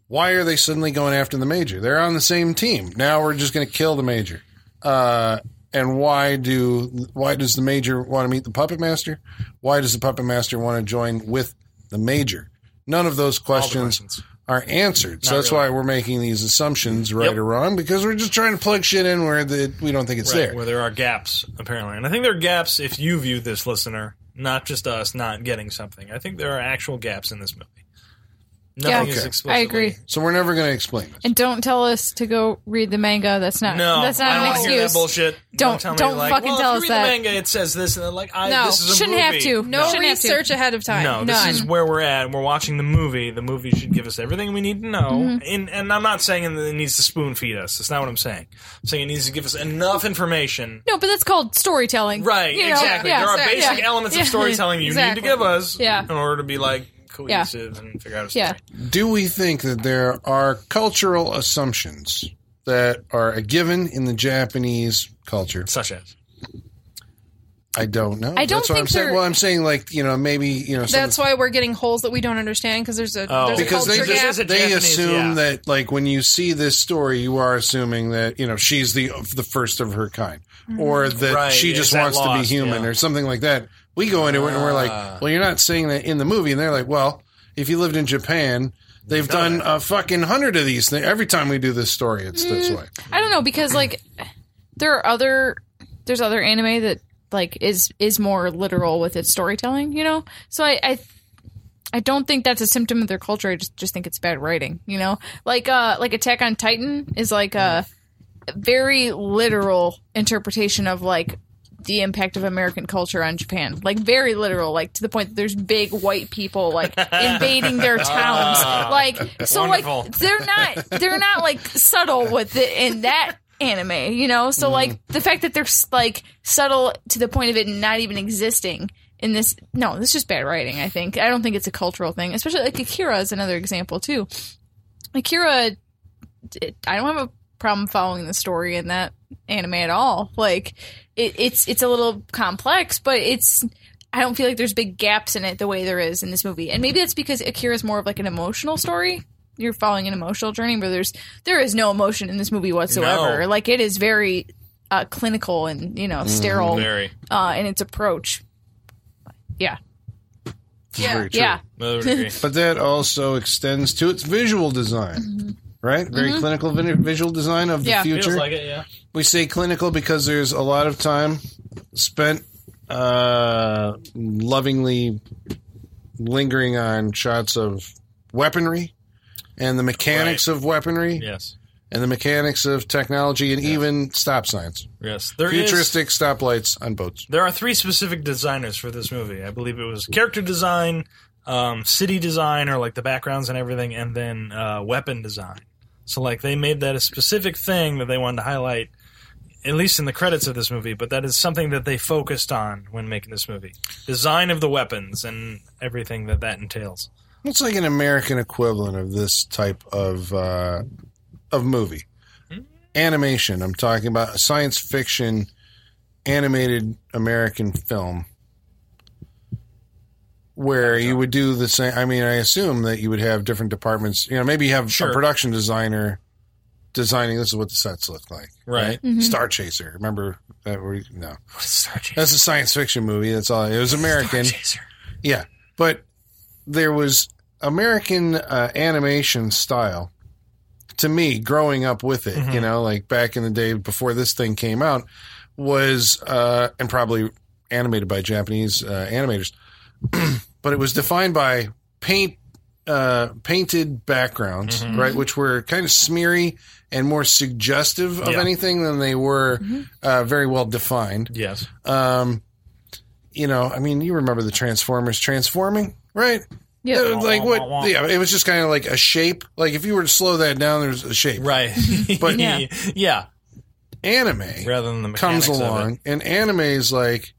Speaker 2: Why are they suddenly going after the major? They're on the same team now. We're just going to kill the major. Uh, and why do why does the major want to meet the puppet master? Why does the puppet master want to join with the major? None of those
Speaker 3: All the
Speaker 2: questions are answered. so
Speaker 3: Not
Speaker 2: that's
Speaker 3: really.
Speaker 2: why we're making these assumptions, right
Speaker 3: Yep.
Speaker 2: or wrong, because we're just trying to plug shit in where the, we don't think it's
Speaker 3: Right,
Speaker 2: there.
Speaker 3: where there are gaps apparently, and I think there are gaps if you view this listener, not just us not getting something. I think there are actual gaps in this movie. Nothing
Speaker 5: Yeah.
Speaker 3: is
Speaker 2: Okay.
Speaker 5: I
Speaker 3: explicitly-
Speaker 5: agree.
Speaker 2: So we're never going to explain it.
Speaker 5: And don't tell us to go read the manga. That's not
Speaker 3: No,
Speaker 5: that's
Speaker 3: I
Speaker 5: not
Speaker 3: don't
Speaker 5: an
Speaker 3: wanna hear that
Speaker 5: excuse.
Speaker 3: bullshit.
Speaker 5: Don't-
Speaker 3: tell me
Speaker 5: don't
Speaker 3: like,
Speaker 5: fucking
Speaker 3: well,
Speaker 5: tell
Speaker 3: if
Speaker 5: us
Speaker 3: you read
Speaker 5: that.
Speaker 3: The manga, it says this, and they're like, I,
Speaker 4: No,
Speaker 3: this is a
Speaker 5: Shouldn't have
Speaker 3: movie.
Speaker 5: to.
Speaker 4: No
Speaker 5: Shouldn't have to.
Speaker 4: research ahead of time.
Speaker 3: No, this
Speaker 4: None.
Speaker 3: is where we're at. and We're watching the movie. The movie should give us everything we need to know.
Speaker 5: Mm-hmm.
Speaker 3: And, and I'm not saying that it needs to spoon feed us. That's not what I'm saying. I'm saying it needs to give us enough information.
Speaker 5: No, but that's called storytelling.
Speaker 3: Right,
Speaker 5: You know?
Speaker 3: exactly.
Speaker 5: Yeah,
Speaker 3: there are
Speaker 5: so-
Speaker 3: basic
Speaker 5: yeah.
Speaker 3: elements
Speaker 5: Yeah.
Speaker 3: of storytelling you need
Speaker 5: Exactly.
Speaker 3: to give us
Speaker 5: Yeah.
Speaker 3: in order to be like cohesive and figure out a story.
Speaker 5: Yeah.
Speaker 2: Do we think that there are cultural assumptions that are a given in the Japanese culture?
Speaker 3: Such as.
Speaker 2: I don't know.
Speaker 5: I don't
Speaker 2: That's what
Speaker 5: think
Speaker 2: I'm saying.
Speaker 5: there-
Speaker 2: Well, I'm saying like, you know, maybe, you know, some
Speaker 4: That's why we're getting holes that we don't understand because there's a
Speaker 3: Oh.
Speaker 4: there's a
Speaker 2: because they
Speaker 4: culture
Speaker 3: This
Speaker 4: gap.
Speaker 3: is a
Speaker 2: just, they
Speaker 3: Japanese,
Speaker 2: assume
Speaker 3: yeah.
Speaker 2: that like when you see this story, you are assuming that you know she's the the first of her kind, or that
Speaker 3: Right,
Speaker 2: she
Speaker 3: yeah,
Speaker 2: just
Speaker 3: it's that
Speaker 2: wants to be
Speaker 3: lost,
Speaker 2: human,
Speaker 3: yeah.
Speaker 2: or something like that. We go into it and we're
Speaker 3: Ah.
Speaker 2: like, well, you're not saying that in the movie, and they're like, well, if you lived in Japan. They've done a fucking hundred of these things. Every time we do this story, it's this way.
Speaker 5: I don't know because like there are other there's other anime that like is is more literal with its storytelling, you know. So I I, I don't think that's a symptom of their culture. I just, just think it's bad writing, you know. Like uh like Attack on Titan is like uh, a very literal interpretation of like the impact of American culture on Japan. Like very literal, like to the point that there's big white people like invading their towns. like so
Speaker 3: Wonderful.
Speaker 5: like they're not they're not like subtle with it in that anime, you know? So like the fact that they're s- like subtle to the point of it not even existing in this no, this is just bad writing, I think. I don't think it's a cultural thing. Especially like Akira is another example too. Akira it- I don't have a problem following the story in that anime at all. Like it, it's it's a little complex, but it's I don't feel like there's big gaps in it the way there is in this movie. And maybe that's because Akira's more of like an emotional story. You're following an emotional journey where there's there is no emotion in this movie whatsoever.
Speaker 3: No.
Speaker 5: Like it is very uh, clinical and you know sterile
Speaker 3: Very.
Speaker 5: uh, in its approach. Yeah,
Speaker 4: Yeah.
Speaker 2: Very true.
Speaker 5: yeah.
Speaker 3: I would agree.
Speaker 2: But that also extends to its visual design, right? Very clinical vi- visual design of the
Speaker 5: Yeah. Feels
Speaker 2: future.
Speaker 3: Feels like it, yeah.
Speaker 2: we say clinical because there's a lot of time spent uh, lovingly lingering on shots of weaponry and the mechanics of weaponry
Speaker 3: Yes.
Speaker 2: and the mechanics of technology and even stop signs
Speaker 3: Yes. There is-
Speaker 2: futuristic stoplights on boats
Speaker 3: There are three specific designers for this movie. I believe it was character design, um, city design, or like the backgrounds and everything, and then uh, weapon design. So like they made that a specific thing that they wanted to highlight, at least in the credits of this movie. But that is something that they focused on when making this movie: design of the weapons and everything that that entails.
Speaker 2: It's like an American equivalent of this type of uh, of movie animation. I'm talking about a science fiction animated American film where you would do the same. I mean, I assume that you would have different departments. You know, maybe you have
Speaker 3: Sure.
Speaker 2: a production designer designing. This is what the sets look like,
Speaker 3: Right.
Speaker 2: Star Chaser. Remember that? Were, no,
Speaker 3: What is Star Chaser?
Speaker 2: that's a science fiction movie. That's all. It was American.
Speaker 3: Star Chaser.
Speaker 2: Yeah, but there was American uh, animation style. To me, growing up with it, you know, like back in the day before this thing came out, was uh, and probably animated by Japanese uh, animators, but it was defined by paint. Uh, painted backgrounds, right, which were kind of smeary and more suggestive of
Speaker 3: Yeah.
Speaker 2: anything than they were uh, very well defined
Speaker 3: Yes.
Speaker 2: um, you know, I mean, you remember the Transformers transforming, right?
Speaker 5: Yeah.
Speaker 2: It was like
Speaker 3: Wah, wah,
Speaker 2: what?
Speaker 3: wah.
Speaker 2: Yeah, it was just kind of like a shape. Like if you were to slow that down, there's a shape.
Speaker 3: Right.
Speaker 2: But-
Speaker 3: yeah.
Speaker 2: Anime
Speaker 3: Rather than the mechanics
Speaker 2: comes
Speaker 3: Of it.
Speaker 2: along, and anime is like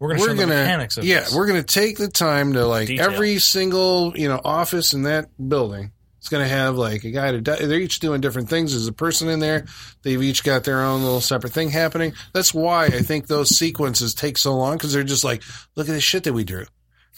Speaker 3: We're gonna
Speaker 2: we're
Speaker 3: show
Speaker 2: gonna,
Speaker 3: the mechanics of
Speaker 2: yeah,
Speaker 3: this.
Speaker 2: we're gonna take the time to like
Speaker 3: Detail.
Speaker 2: every single you know office in that building. It's gonna have like a guy to. Di- they're each doing different things. There's a person in there. They've each got their own little separate thing happening. That's why I think those sequences take so long because they're just like, look at the shit that we drew.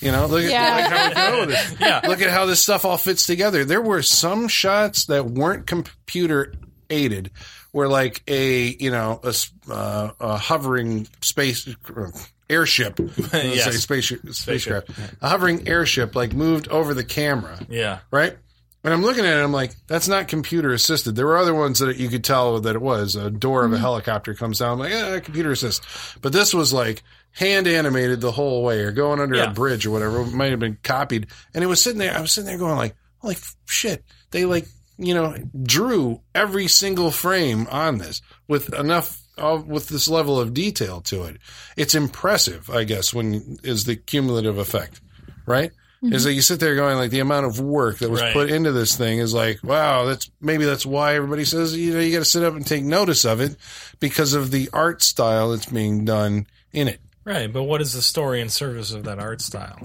Speaker 2: You know, look at
Speaker 5: Yeah.
Speaker 2: like how we came up with it
Speaker 3: yeah.
Speaker 2: look at how this stuff all fits together. There were some shots that weren't computer aided, where like a you know a, s- uh, a hovering space uh, airship,
Speaker 3: Yes.
Speaker 2: say spaceship, spacecraft, a hovering airship like moved over the camera,
Speaker 3: Yeah.
Speaker 2: right? And I'm looking at it, I'm like, that's not computer assisted. There were other ones that you could tell that it was. A door of a helicopter comes down, I'm like, eh, computer assist. But this was like hand animated the whole way or going under
Speaker 3: Yeah.
Speaker 2: a bridge or whatever. It might have been copied. And it was sitting there, I was sitting there going like, holy f- shit. They like, you know, drew every single frame on this with enough, uh, with this level of detail to it. It's impressive, I guess, when is the cumulative effect, right? is that you sit there going like the amount of work that was
Speaker 3: Right.
Speaker 2: put into this thing is like wow that's maybe that's why everybody says you know you got to sit up and take notice of it because of the art style that's being done in it
Speaker 3: Right. But what is the story and service of that art style?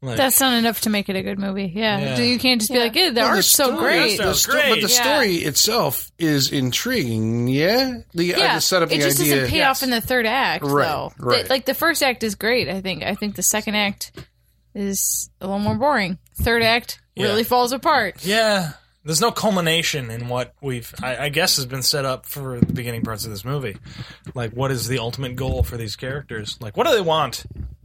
Speaker 3: Like,
Speaker 5: That's not enough to make it a good movie. Yeah.
Speaker 3: Yeah.
Speaker 5: You can't just be like, yeah, the
Speaker 2: Well,
Speaker 5: art's so
Speaker 2: story-
Speaker 5: great.
Speaker 2: the
Speaker 3: That's
Speaker 2: sto- but
Speaker 3: great.
Speaker 2: the
Speaker 5: Yeah.
Speaker 2: story itself is intriguing yeah the, yeah,
Speaker 5: yeah,
Speaker 2: the setup
Speaker 5: it
Speaker 2: the
Speaker 5: just
Speaker 2: idea
Speaker 5: doesn't pay
Speaker 3: Yes.
Speaker 5: off in the third act,
Speaker 2: Right,
Speaker 5: though. The-
Speaker 2: right.
Speaker 5: like the first act is great. I think. I think the second act is a little more boring. Third act really
Speaker 3: Yeah.
Speaker 5: falls apart.
Speaker 3: yeah. There's no culmination in what we've, I, I guess, has been set up for the beginning parts of this movie. Like, what is the ultimate goal for these characters? Like, what do they want?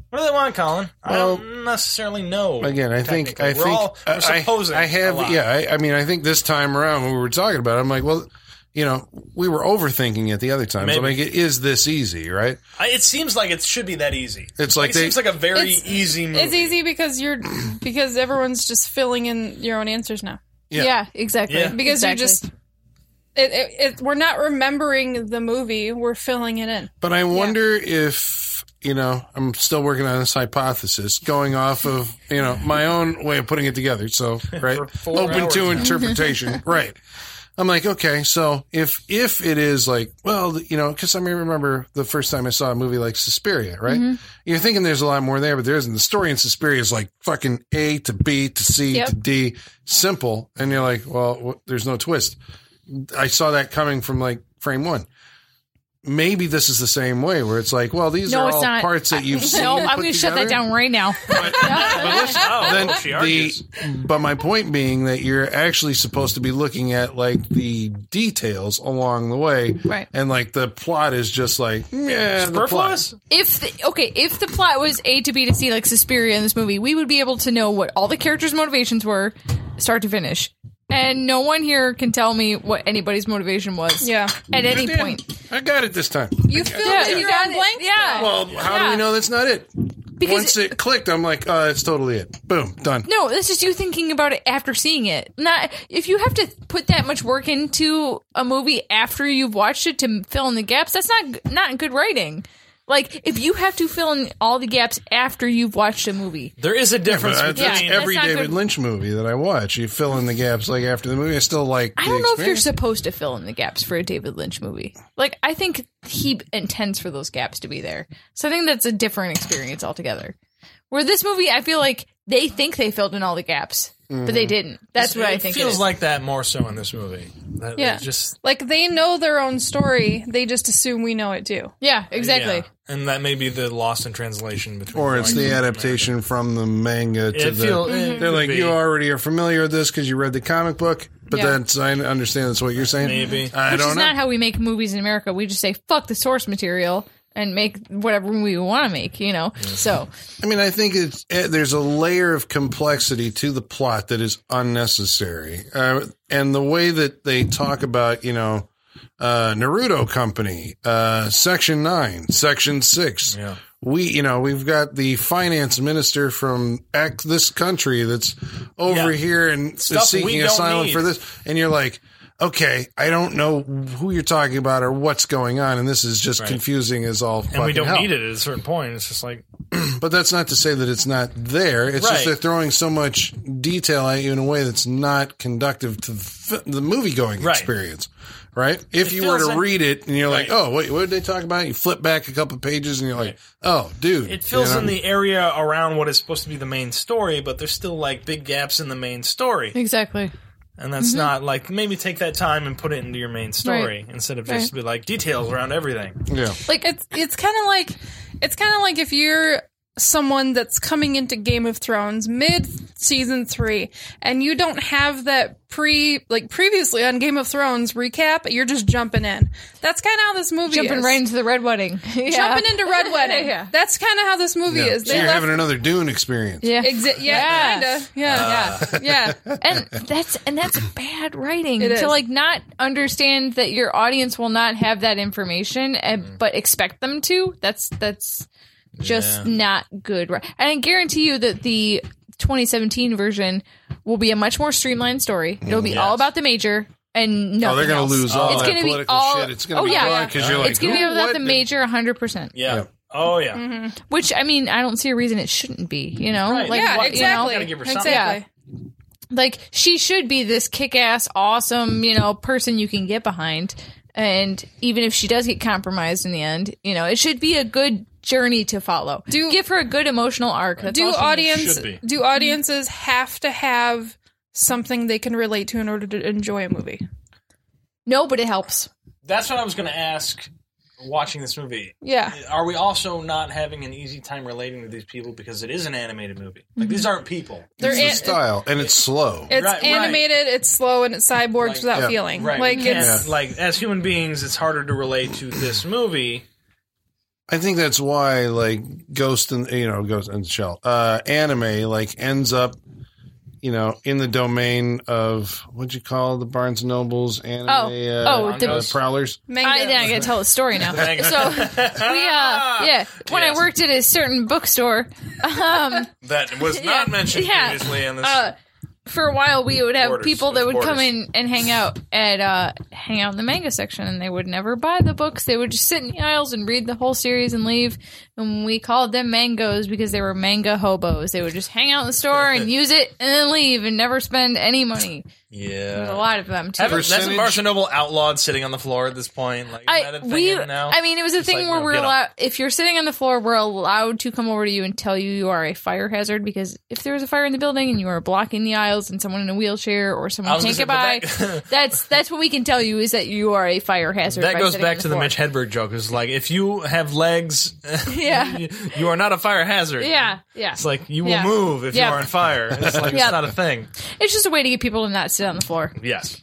Speaker 3: What do they want, Colin? I don't necessarily know.
Speaker 2: again i think
Speaker 3: technically.
Speaker 2: i
Speaker 3: we're
Speaker 2: think uh,
Speaker 3: all, we're
Speaker 2: I- I-
Speaker 3: supposing
Speaker 2: I, have
Speaker 3: a lot.
Speaker 2: yeah I, I mean i think this time around when we were talking about it i'm like well you know we were overthinking it the other time so
Speaker 3: Maybe.
Speaker 2: like it is this easy right
Speaker 3: I, it seems like it should be that easy.
Speaker 2: It's like
Speaker 3: it
Speaker 2: they-
Speaker 3: seems like a very
Speaker 4: It's-
Speaker 3: easy movie.
Speaker 4: It's easy because you're because everyone's just filling in your own answers now.
Speaker 2: Yeah.
Speaker 5: Yeah, exactly.
Speaker 3: Yeah.
Speaker 4: Because
Speaker 5: Exactly.
Speaker 4: you're just it, it, it, we're not remembering the movie; we're filling it in.
Speaker 2: But I wonder if you know I'm still working on this hypothesis, going off of you know my own way of putting it together. So right,
Speaker 3: four
Speaker 2: open to
Speaker 3: hours now.
Speaker 2: interpretation. right. I'm like, okay, so if if it is like, well, you know, because I mean, remember the first time I saw a movie like Suspiria, right? You're thinking there's a lot more there, but there isn't. The story in Suspiria is like fucking A to B to C
Speaker 5: Yep.
Speaker 2: to D, simple, and you're like, well, wh- there's no twist. I saw that coming from like frame one. Maybe this is the same way where it's like, well, these
Speaker 5: no,
Speaker 2: are
Speaker 5: it's
Speaker 2: all
Speaker 5: not.
Speaker 2: parts that you've
Speaker 5: I,
Speaker 2: seen.
Speaker 5: No, I'm
Speaker 2: put
Speaker 5: going to shut that
Speaker 2: together.
Speaker 5: down right now.
Speaker 3: Oh,
Speaker 2: Then
Speaker 3: she
Speaker 2: the,
Speaker 3: argues.
Speaker 2: but my point being that you're actually supposed to be looking at like the details along the way,
Speaker 5: Right.
Speaker 2: And like the plot is just like yeah, the plot.
Speaker 3: Superfluous?
Speaker 5: if the, okay, if the plot was A to B to C like Suspiria in this movie, we would be able to know what all the characters' motivations were, start to finish. And no one here can tell me what anybody's motivation was.
Speaker 4: Yeah.
Speaker 5: At any point.
Speaker 2: I got it this time.
Speaker 4: You filled
Speaker 5: Yeah,
Speaker 4: in
Speaker 5: you
Speaker 4: your
Speaker 5: got
Speaker 4: own
Speaker 5: it.
Speaker 4: blanks.
Speaker 5: Yeah.
Speaker 4: though.
Speaker 2: Well, how do
Speaker 5: Yeah.
Speaker 2: we know that's not it?
Speaker 5: Because
Speaker 2: Once it, clicked, I'm like, uh, it's totally it. Boom, done.
Speaker 5: No, this is you thinking about it after seeing it. Not if you have to put that much work into a movie after you've watched it to fill in the gaps. That's not not good writing. Like if you have to fill in all the gaps after you've watched a movie.
Speaker 3: There is a difference
Speaker 2: But
Speaker 3: between
Speaker 2: that's
Speaker 5: Yeah,
Speaker 2: every
Speaker 5: that's not
Speaker 2: David
Speaker 5: good.
Speaker 2: Lynch movie that I watch. You fill in the gaps like after the movie. I still like.
Speaker 5: I don't know if you're supposed to fill in the gaps for a David Lynch movie. Like I think he intends for those gaps to be there. So I think that's a different experience altogether. Where this movie, I feel like they think they filled in all the gaps. but they didn't. That's what I think.
Speaker 3: It
Speaker 5: it
Speaker 3: feels
Speaker 5: is.
Speaker 3: like that more so in this movie. That
Speaker 4: Yeah.
Speaker 3: Just
Speaker 4: Like they know their own story, they just assume we know it too.
Speaker 5: yeah, exactly.
Speaker 3: yeah. And that may be the lost in translation between.
Speaker 2: Or it's
Speaker 3: like,
Speaker 2: the adaptation from the manga to
Speaker 3: It
Speaker 2: the.
Speaker 3: feel- it
Speaker 5: Mm-hmm.
Speaker 2: they're
Speaker 3: could
Speaker 2: like
Speaker 3: be.
Speaker 2: you already are familiar with this because you read the comic book, but
Speaker 5: Yeah.
Speaker 2: that's I understand that's what you're saying.
Speaker 3: Maybe.
Speaker 2: I
Speaker 5: Which
Speaker 2: don't
Speaker 5: is
Speaker 2: know.
Speaker 5: not how we make movies in America. We just say fuck the source material and make whatever we want to make. You know. So
Speaker 2: I mean, I think it's eh, there's a layer of complexity to the plot that is unnecessary, uh, and the way that they talk about, you know, uh, Naruto Company, uh, Section Nine, Section Six.
Speaker 3: Yeah.
Speaker 2: We, you know, we've got the finance minister from act this country that's over
Speaker 3: Yeah.
Speaker 2: here and
Speaker 3: Stuff
Speaker 2: is
Speaker 3: we
Speaker 2: seeking
Speaker 3: don't
Speaker 2: asylum
Speaker 3: need.
Speaker 2: for this, and you're like. Okay, I don't know who you're talking about or what's going on, and this is just
Speaker 3: Right.
Speaker 2: confusing as all.
Speaker 3: And we don't
Speaker 2: hell.
Speaker 3: need it at a certain point. It's just like
Speaker 2: But that's not to say that it's not there. It's
Speaker 3: Right.
Speaker 2: just they're throwing so much detail at you in a way that's not conductive to the, f- the movie going
Speaker 3: Right.
Speaker 2: experience. Right? If you were
Speaker 3: feels
Speaker 2: to
Speaker 3: like-
Speaker 2: read it and you're like,
Speaker 3: Right.
Speaker 2: oh, wait, what did they talk about? You flip back a couple pages and you're like, oh, dude.
Speaker 3: it fills
Speaker 2: you know?
Speaker 3: in the area around what is supposed to be the main story, but there's still like big gaps in the main story.
Speaker 5: exactly.
Speaker 3: And that's
Speaker 5: Mm-hmm.
Speaker 3: not like maybe take that time and put it into your main story instead of just be like details around everything.
Speaker 2: Yeah.
Speaker 4: Like it's it's kind of like it's kind of like if you're someone that's coming into Game of Thrones mid season 3 and you don't have that pre like previously on Game of Thrones recap, you're just jumping in. That's kind of how this movie
Speaker 5: Jumping
Speaker 4: is.
Speaker 5: right into the red wedding.
Speaker 4: jumping into Red Wedding.
Speaker 5: yeah.
Speaker 4: That's kind of how this movie
Speaker 2: Yeah.
Speaker 4: is.
Speaker 2: So
Speaker 4: They
Speaker 2: you're
Speaker 4: left
Speaker 2: having another Dune experience.
Speaker 5: Yeah.
Speaker 4: Exi- yeah,
Speaker 5: Yeah.
Speaker 4: kinda. Yeah,
Speaker 2: Uh,
Speaker 4: yeah, yeah.
Speaker 5: and that's and that's bad writing
Speaker 4: It
Speaker 5: to
Speaker 4: is.
Speaker 5: like not understand that your audience will not have that information and,
Speaker 2: Mm-hmm.
Speaker 5: but expect them to that's that's just not good ri- and i guarantee you that the 2017 version will be a much more streamlined story it'll be all about the major and no
Speaker 2: Mm, Oh, they're going to lose all
Speaker 5: it's
Speaker 2: that
Speaker 5: gonna be
Speaker 2: political
Speaker 5: all
Speaker 2: shit. It's going to
Speaker 5: oh
Speaker 2: be
Speaker 5: yeah
Speaker 2: because you're like,
Speaker 5: it's going to be
Speaker 2: who-
Speaker 5: about
Speaker 2: what
Speaker 5: the
Speaker 2: did-
Speaker 5: major 100%
Speaker 3: Yeah.
Speaker 2: Yeah.
Speaker 3: Oh yeah.
Speaker 5: Mm-hmm. which i mean i don't see a reason it shouldn't be you know
Speaker 3: Right.
Speaker 4: Yeah,
Speaker 5: what-
Speaker 4: exactly.
Speaker 3: Gotta give her something.
Speaker 4: exactly.
Speaker 5: like she should be this kick-ass awesome you know person you can get behind and even if she does get compromised in the end you know it should be a good journey to follow
Speaker 4: Do-
Speaker 5: do give her a good emotional arc That's
Speaker 4: Do
Speaker 5: all she needs.
Speaker 4: audience
Speaker 3: Should be.
Speaker 4: do audiences have to have something they can relate to in order to enjoy a movie?
Speaker 5: no but it helps
Speaker 3: That's what I was gonna ask watching this movie.
Speaker 4: Yeah.
Speaker 3: Are we also not having an easy time relating to these people because it is an animated movie? Like
Speaker 5: Mm-hmm.
Speaker 3: these aren't people.
Speaker 4: They're
Speaker 2: It's
Speaker 4: an-
Speaker 2: the style, and it's slow.
Speaker 4: it's
Speaker 3: Right, right.
Speaker 4: animated, it's slow and it's cyborgs
Speaker 3: Like-
Speaker 4: without
Speaker 2: Yeah.
Speaker 4: feeling.
Speaker 3: Right.
Speaker 4: Like
Speaker 3: we can't-
Speaker 4: it's
Speaker 3: like as human beings, it's harder to relate to this movie.
Speaker 2: I think that's why like Ghost and you know Ghost and Shell uh, anime like ends up you know in the domain of what'd you call the Barnes and Nobles anime
Speaker 5: Oh,
Speaker 2: uh,
Speaker 5: oh, the-
Speaker 2: uh, prowlers
Speaker 4: manga.
Speaker 5: I, then I gotta tell the story now.
Speaker 3: Manga.
Speaker 5: so we, uh, yeah, when
Speaker 3: Yes.
Speaker 5: I worked at a certain bookstore, um,
Speaker 3: That was
Speaker 5: not Yeah. mentioned Yeah. previously
Speaker 3: in this.
Speaker 5: uh, for a while we would have
Speaker 3: Borders,
Speaker 5: people that
Speaker 3: with
Speaker 5: would come
Speaker 3: borders.
Speaker 5: in and hang out at uh, hang out in the manga section, and they would never buy the books. They would just sit in the aisles and read the whole series and leave. And we called them mangoes because they were manga hobos. They would just hang out in the store and use it and then leave and never spend any money. There's a
Speaker 3: yeah.
Speaker 5: lot of them too.
Speaker 3: Haven't, hasn't
Speaker 2: Percentage-
Speaker 3: Barnes and Noble outlawed sitting on the floor at this point? Like, is that
Speaker 5: I
Speaker 3: a thing
Speaker 5: we
Speaker 3: in now?
Speaker 5: I mean it was a thing
Speaker 3: like,
Speaker 5: where
Speaker 3: no,
Speaker 5: we're
Speaker 3: get up.
Speaker 5: allowed if you're sitting on the floor we're allowed to come over to you and tell you you are a fire hazard because if there was a fire in the building and you are blocking the aisles and someone in a wheelchair or
Speaker 3: I
Speaker 5: someone
Speaker 3: was
Speaker 5: can't get
Speaker 3: gonna
Speaker 5: by
Speaker 3: say, but that-
Speaker 5: that's that's what we can tell you is that you are a fire hazard
Speaker 3: that
Speaker 5: by
Speaker 3: goes
Speaker 5: sitting
Speaker 3: back
Speaker 5: on
Speaker 3: to the
Speaker 5: floor.
Speaker 3: Mitch Hedberg joke. Is like if you have legs,
Speaker 5: Yeah.
Speaker 3: you, you are not a fire hazard.
Speaker 5: yeah yeah
Speaker 3: It's like you will
Speaker 5: Yeah.
Speaker 3: move if
Speaker 5: Yeah.
Speaker 3: you are on fire. It's like
Speaker 5: Yeah.
Speaker 3: it's not a thing.
Speaker 5: it's just a way to get people to not sit on the floor
Speaker 3: Yes.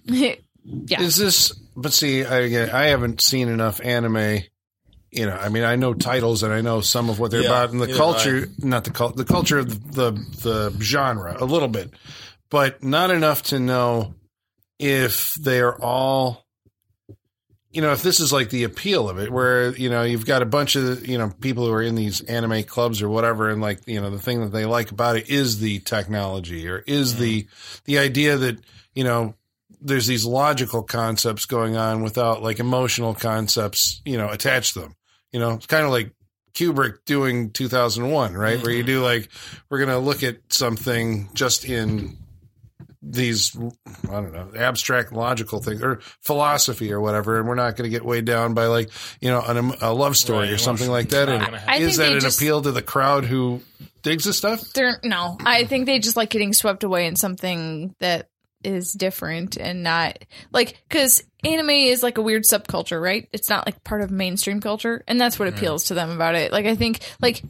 Speaker 2: is this but see I, again I haven't seen enough anime you know I mean I know titles and I know some of what they're
Speaker 3: Yeah,
Speaker 2: about and the
Speaker 3: neither
Speaker 2: culture not the cult the culture of the the genre a little bit but not enough to know if they are all you know if this is like the appeal of it where you know you've got a bunch of you know people who are in these anime clubs or whatever and like you know the thing that they like about it is the technology or is
Speaker 3: Mm-hmm.
Speaker 2: the the idea that you know there's these logical concepts going on without like emotional concepts you know attached to them you know it's kind of like Kubrick doing 2001 right where you do like we're going to look at something just in these I don't know abstract logical things or philosophy or whatever, and we're not going to get weighed down by like you know an, em- a love story
Speaker 3: Right,
Speaker 2: or
Speaker 3: well,
Speaker 2: something like that. And
Speaker 4: I think
Speaker 2: is that
Speaker 4: they
Speaker 2: an
Speaker 4: just-
Speaker 2: appeal to the crowd who digs this stuff?
Speaker 5: They're, no, I think they just like getting swept away in something that is different and not like because anime is like a weird subculture, right? It's not like part of mainstream culture, and that's what appeals to them about it. Like I think, like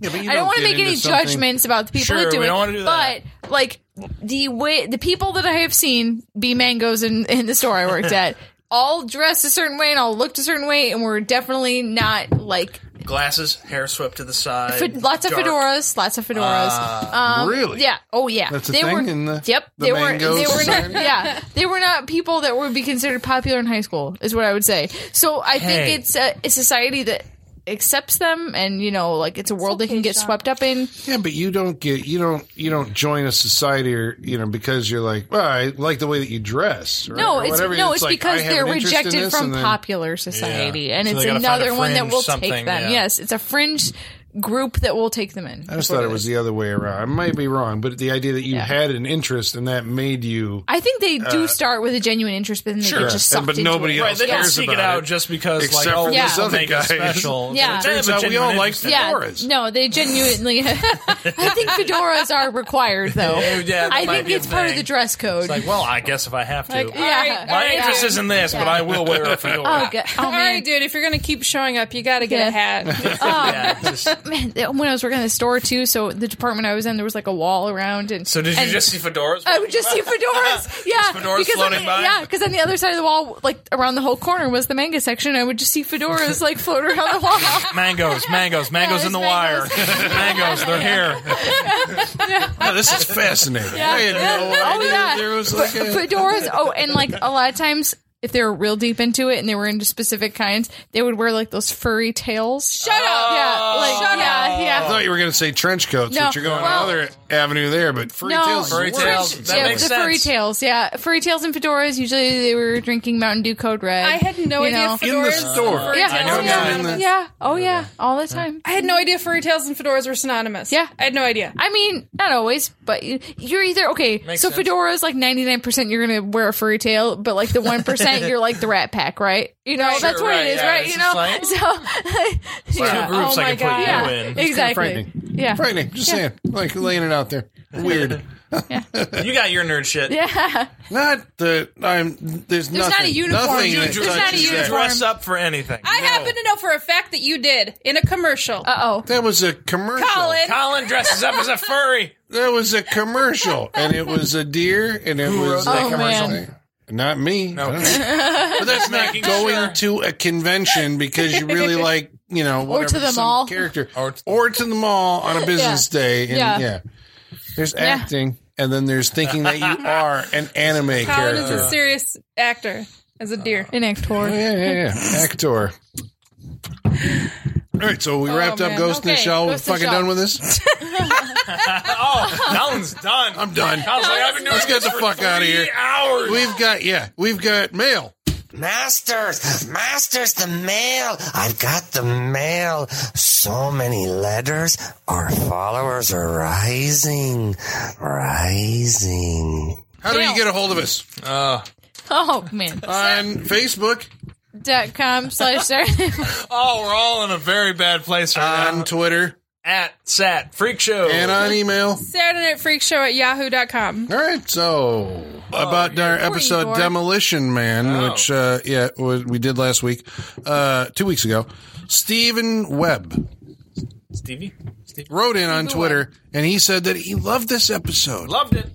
Speaker 2: Yeah, but you
Speaker 5: I don't want to
Speaker 2: get
Speaker 5: make
Speaker 2: into
Speaker 5: any
Speaker 2: something-
Speaker 5: judgments about the people
Speaker 3: Sure,
Speaker 5: that do
Speaker 3: we
Speaker 5: it,
Speaker 3: don't wanna do that.
Speaker 5: but like the way the people that I have seen be mangoes in in the store I worked at. All dressed a certain way and all looked a certain way, and were definitely not like
Speaker 3: Glasses, hair swept to the side.
Speaker 5: Fe- lots of
Speaker 3: dark. Ah.
Speaker 5: fedoras, lots of fedoras. um,
Speaker 2: Really?
Speaker 5: Yeah. Oh, yeah.
Speaker 2: That's a
Speaker 5: they
Speaker 2: thing
Speaker 5: were.
Speaker 2: in the
Speaker 5: yep.
Speaker 2: the
Speaker 5: they were.
Speaker 2: mangoes
Speaker 5: They were not.
Speaker 2: society?
Speaker 5: Yeah. They were not people that would be considered popular in high school, is what I would say. So
Speaker 3: Hey.
Speaker 5: I think it's a, a society that accepts them, and you know, like it's a world they can get swept up in.
Speaker 2: Yeah, but you don't get you don't you don't join a society or you know because you're like well I like the way that you dress. Or,
Speaker 5: No,
Speaker 2: or
Speaker 5: it's
Speaker 2: whatever.
Speaker 5: no, it's,
Speaker 2: like,
Speaker 5: because
Speaker 2: I have
Speaker 5: they're
Speaker 2: an interest in
Speaker 5: rejected
Speaker 2: this,
Speaker 5: from
Speaker 2: and then-
Speaker 5: popular society,
Speaker 3: Yeah.
Speaker 5: and
Speaker 3: So
Speaker 5: it's
Speaker 3: they gotta find a
Speaker 5: another one that
Speaker 3: fringe
Speaker 5: will
Speaker 3: something,
Speaker 5: take them.
Speaker 3: yeah.
Speaker 5: Yes, it's a fringe group that will take them in.
Speaker 2: I just thought it was the other way around. I might be wrong, but the idea that you had an interest and that made you
Speaker 5: I think they do start with a genuine interest, but then they
Speaker 2: Uh, Sure.
Speaker 5: get just
Speaker 2: And-
Speaker 5: sucked
Speaker 2: but
Speaker 5: into
Speaker 2: nobody
Speaker 5: it.
Speaker 2: else
Speaker 3: Right, they don't
Speaker 2: cares
Speaker 3: seek
Speaker 2: about
Speaker 3: it out
Speaker 2: it.
Speaker 3: just because,
Speaker 2: Except
Speaker 3: like,
Speaker 2: for
Speaker 3: oh,
Speaker 2: this
Speaker 3: this will
Speaker 2: other
Speaker 3: make
Speaker 2: guy.
Speaker 3: it special.
Speaker 5: Yeah.
Speaker 3: They
Speaker 2: Turns
Speaker 3: have a
Speaker 2: out we
Speaker 3: genuine
Speaker 2: all like
Speaker 3: interest.
Speaker 2: the
Speaker 5: Yeah,
Speaker 2: fedoras.
Speaker 5: no, they genuinely. I think fedoras are required, though.
Speaker 3: Yeah, yeah, that
Speaker 5: I
Speaker 3: might
Speaker 5: think
Speaker 3: be a
Speaker 5: it's part of
Speaker 3: thing.
Speaker 5: the dress code.
Speaker 3: It's like, well, I guess if I have to.
Speaker 4: Like,
Speaker 5: yeah.
Speaker 4: Alright,
Speaker 3: My
Speaker 4: alright,
Speaker 3: interest
Speaker 4: dude.
Speaker 3: isn't this, but I will wear a fedora.
Speaker 5: oh, God. oh
Speaker 4: All right,
Speaker 5: man.
Speaker 4: dude. If you're gonna keep showing up, you gotta get a hat.
Speaker 5: Oh,
Speaker 3: Yeah, just-
Speaker 5: man. When I was working in the store too, so the department I was in, there was like a wall around, and
Speaker 3: so did you
Speaker 5: and Oh.
Speaker 3: just see fedoras?
Speaker 5: I would just see fedoras. Yeah,
Speaker 3: fedoras
Speaker 5: because on
Speaker 3: floating
Speaker 5: the,
Speaker 3: by?
Speaker 5: Yeah, because on the other side of the wall, like around the whole corner, was the manga section. I would just see fedoras like float around the wall.
Speaker 3: mangoes, mangoes, mangoes
Speaker 5: Yeah,
Speaker 3: in the
Speaker 5: there's
Speaker 3: wire. mangoes, they're here.
Speaker 2: Oh, this is fascinating. I had no
Speaker 5: Yeah. Oh,
Speaker 2: idea
Speaker 5: yeah.
Speaker 2: there was like a,
Speaker 5: fedoras. Oh, and like a lot of times, if they were real deep into it and they were into specific kinds, they would wear like those furry tails. Shut
Speaker 3: up.
Speaker 5: Yeah, like
Speaker 3: Shut
Speaker 5: yeah,
Speaker 2: I
Speaker 5: yeah.
Speaker 2: thought you were going to say trench coats,
Speaker 5: No,
Speaker 2: but you're going
Speaker 5: well-
Speaker 2: another avenue there. But furry
Speaker 5: No,
Speaker 2: tails, is
Speaker 3: Furry
Speaker 2: the
Speaker 3: tails,
Speaker 2: worst.
Speaker 3: that
Speaker 5: yeah,
Speaker 3: makes
Speaker 5: the furry
Speaker 3: sense.
Speaker 5: tails. Yeah, furry tails and fedoras. Usually, they were drinking Mountain Dew Code Red.
Speaker 4: I had no
Speaker 5: you
Speaker 4: idea
Speaker 5: know.
Speaker 4: fedoras
Speaker 2: In the
Speaker 4: were
Speaker 2: store.
Speaker 4: furry
Speaker 5: Yeah,
Speaker 4: tails.
Speaker 2: know
Speaker 5: oh, yeah.
Speaker 2: that in the-
Speaker 5: yeah, oh yeah, all the time.
Speaker 4: I had no idea furry tails and fedoras were synonymous.
Speaker 5: Yeah.
Speaker 4: I had no idea.
Speaker 5: I mean, not always, but you- you're either okay.
Speaker 3: Makes
Speaker 5: so
Speaker 3: sense.
Speaker 5: fedoras, like ninety nine percent, you're gonna wear a furry tail, but like the one percent, you're like the Rat Pack, right? You know, that's
Speaker 3: Sure,
Speaker 5: what
Speaker 3: right,
Speaker 5: it is,
Speaker 3: yeah,
Speaker 5: right?
Speaker 3: it's
Speaker 5: You
Speaker 3: just
Speaker 5: know,
Speaker 3: like-
Speaker 5: so yeah.
Speaker 3: Two groups
Speaker 4: Oh
Speaker 3: I can
Speaker 4: my
Speaker 3: put
Speaker 4: God.
Speaker 3: you in.
Speaker 5: exactly.
Speaker 2: frightening.
Speaker 5: Yeah,
Speaker 2: Frightening. Just saying, like laying it out there. Weird.
Speaker 3: You got your nerd shit.
Speaker 5: yeah.
Speaker 2: Not the I'm. There's, nothing.
Speaker 5: not a uniform.
Speaker 2: Nothing
Speaker 3: You,
Speaker 2: that
Speaker 3: dr-
Speaker 5: There's not a
Speaker 2: touches
Speaker 3: you
Speaker 2: that.
Speaker 5: uniform.
Speaker 3: dress up for anything.
Speaker 4: I
Speaker 3: No.
Speaker 4: happen to know for a fact that you did in a commercial.
Speaker 5: Uh oh.
Speaker 2: That was a commercial.
Speaker 4: Colin,
Speaker 3: Colin dresses up as a furry.
Speaker 2: That was a commercial, and it was a deer, and it was
Speaker 3: wrote
Speaker 5: that
Speaker 2: a
Speaker 5: commercial?
Speaker 2: Not me. I don't know. But that's not
Speaker 3: Making
Speaker 2: going to
Speaker 3: sure.
Speaker 2: a convention because you really like, you know, whatever,
Speaker 5: to the
Speaker 2: some
Speaker 5: mall.
Speaker 2: character,
Speaker 3: Or
Speaker 2: or,
Speaker 3: to-
Speaker 2: to the mall on a business day. And yeah.
Speaker 5: Yeah.
Speaker 2: there's acting, and then there's thinking that you are an anime
Speaker 4: Colin is
Speaker 2: character.
Speaker 4: a serious actor as a deer.
Speaker 5: An actor.
Speaker 2: yeah, yeah, yeah, actor. All right, so we wrapped up
Speaker 4: man.
Speaker 2: Ghost in the
Speaker 5: Oh, Okay,
Speaker 2: Shell. We're
Speaker 5: Ghost in the
Speaker 2: fucking
Speaker 5: Shell.
Speaker 2: done with this.
Speaker 3: Oh, Colin's done.
Speaker 2: I'm done.
Speaker 3: Colin's like, I've been doing
Speaker 2: Let's get
Speaker 3: this
Speaker 2: the
Speaker 3: for
Speaker 2: fuck outta
Speaker 3: three
Speaker 2: here.
Speaker 3: Hours.
Speaker 2: We've got yeah, we've got mail.
Speaker 6: Masters, Masters, the mail. I've got the mail. So many letters. Our followers are rising, rising.
Speaker 2: How do you get a hold of us?
Speaker 3: Uh,
Speaker 5: Oh man.
Speaker 2: On Facebook,
Speaker 5: Dot com slash Saturday.
Speaker 3: oh, we're all in a very bad place right
Speaker 2: on
Speaker 3: now.
Speaker 2: Twitter,
Speaker 3: At Sat Freak Show.
Speaker 2: Um, and on email.
Speaker 4: Saturday Night Freak Show at yahoo.com.
Speaker 2: All right, so
Speaker 5: Oh,
Speaker 2: about our episode
Speaker 5: Igor.
Speaker 2: Demolition Man,
Speaker 3: Oh.
Speaker 2: which uh, yeah we we did last week, uh, two weeks ago. Stephen Webb
Speaker 3: Stevie. Stevie.
Speaker 2: wrote in on Twitter, and he said that he loved this episode.
Speaker 3: Loved it.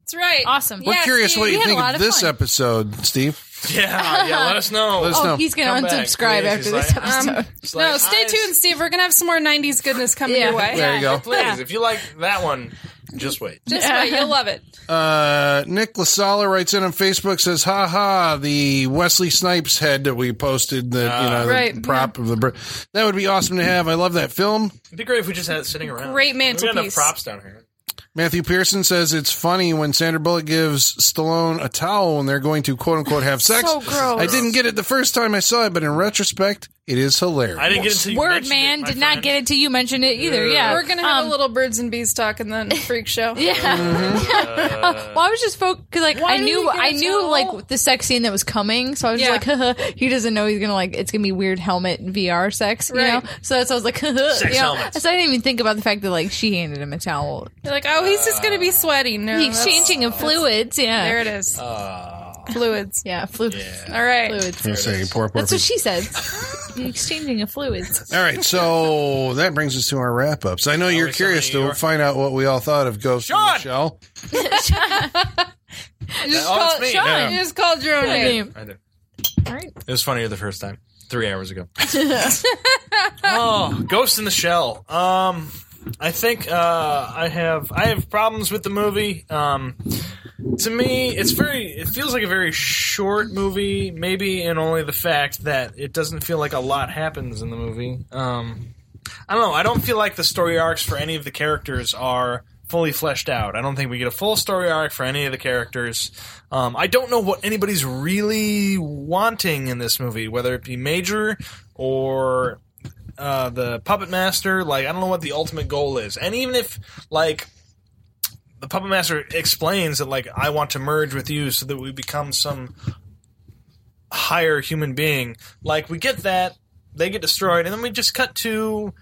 Speaker 4: That's right.
Speaker 5: Awesome.
Speaker 2: We're
Speaker 5: Yeah,
Speaker 2: curious
Speaker 5: Steve,
Speaker 2: what
Speaker 5: we
Speaker 2: you
Speaker 5: had a
Speaker 2: think
Speaker 5: lot
Speaker 2: of
Speaker 5: of
Speaker 2: this
Speaker 5: fun.
Speaker 2: episode, Steve.
Speaker 3: Yeah, yeah, let us know.
Speaker 2: Let us
Speaker 5: Oh,
Speaker 2: know.
Speaker 5: he's gonna
Speaker 3: Come back,
Speaker 5: unsubscribe
Speaker 3: please.
Speaker 5: after
Speaker 3: He's
Speaker 5: this
Speaker 3: like, "Um,
Speaker 5: episode.
Speaker 3: It's
Speaker 4: No,
Speaker 3: like,
Speaker 4: stay
Speaker 3: I-
Speaker 4: tuned, Steve. We're going to have some more 90s goodness coming
Speaker 5: Yeah.
Speaker 4: your way.
Speaker 2: There you go.
Speaker 3: Please, if you like that one, just wait.
Speaker 4: Just wait. You'll love it.
Speaker 2: Uh, Nick Lasala writes in on Facebook says, "Ha ha! The Wesley Snipes head that we posted, the
Speaker 3: Ah.
Speaker 2: you know the
Speaker 4: Right,
Speaker 2: prop of the br- that would be awesome to have. I love that film."
Speaker 3: It'd be great if we just had it sitting around.
Speaker 4: Great
Speaker 3: We got enough
Speaker 4: mantelpiece.
Speaker 3: props down here.
Speaker 2: Matthew Pearson says it's funny when Sandra Bullock gives Stallone a towel when they're going to quote unquote have sex.
Speaker 5: So gross.
Speaker 2: I didn't get it the first time I saw it, but in retrospect, It is hilarious.
Speaker 3: I didn't get into
Speaker 5: Word man did not get it till you mentioned it either. Yeah,
Speaker 4: We're gonna have
Speaker 5: Um,
Speaker 4: a little birds and bees talk and then freak show.
Speaker 5: Yeah. well, I was just focused because like
Speaker 4: Mm-hmm. Why
Speaker 5: I
Speaker 4: did he
Speaker 5: knew
Speaker 4: get a
Speaker 5: I knew
Speaker 4: towel?
Speaker 5: like the sex scene that was coming, so I was
Speaker 4: Yeah.
Speaker 5: just like, he doesn't know he's gonna like it's gonna be weird helmet VR sex, you
Speaker 4: Right.
Speaker 5: know. So that's why I was like, you know?
Speaker 3: Sex helmets.
Speaker 5: so I didn't even think about the fact that like she handed him a towel,
Speaker 4: You're like, oh, he's just gonna be sweaty. No,
Speaker 5: the
Speaker 4: that's-
Speaker 5: exchanging of fluids. Yeah,
Speaker 4: There it is.
Speaker 3: Oh,
Speaker 4: Fluids.
Speaker 5: yeah, flu-
Speaker 4: All right.
Speaker 5: fluids.
Speaker 2: I'm saying, poor, poor
Speaker 5: That's what
Speaker 2: people.
Speaker 5: she said. the exchanging of fluids.
Speaker 2: All right, so that brings us to our wrap ups. I know you're
Speaker 3: we still
Speaker 2: curious
Speaker 3: in
Speaker 2: to
Speaker 3: New York?
Speaker 2: find out what we all thought of Ghost in the
Speaker 3: Sean!
Speaker 2: Shell.
Speaker 4: You
Speaker 3: Oh, it's
Speaker 4: just, called,
Speaker 3: me.
Speaker 4: Sean,
Speaker 3: Yeah.
Speaker 4: you just called your own name.
Speaker 5: Name.
Speaker 3: I did.
Speaker 5: All right.
Speaker 3: It was funnier the first time. Three hours ago. oh, Ghost in the Shell. Um, I think uh, I have I have problems with the movie. Um, to me, it's very. It feels like a very short movie, maybe in only the fact that it doesn't feel like a lot happens in the movie. Um, I don't know. I don't feel like the story arcs for any of the characters are fully fleshed out. I don't think we get a full story arc for any of the characters. Um, I don't know what anybody's really wanting in this movie, whether it be Major or uh, the puppet master. Like, I don't know what the ultimate goal is. And even if, like, the puppet master explains that, like, I want to merge with you so that we become some higher human being, like, we get that, they get destroyed, and then we just cut to.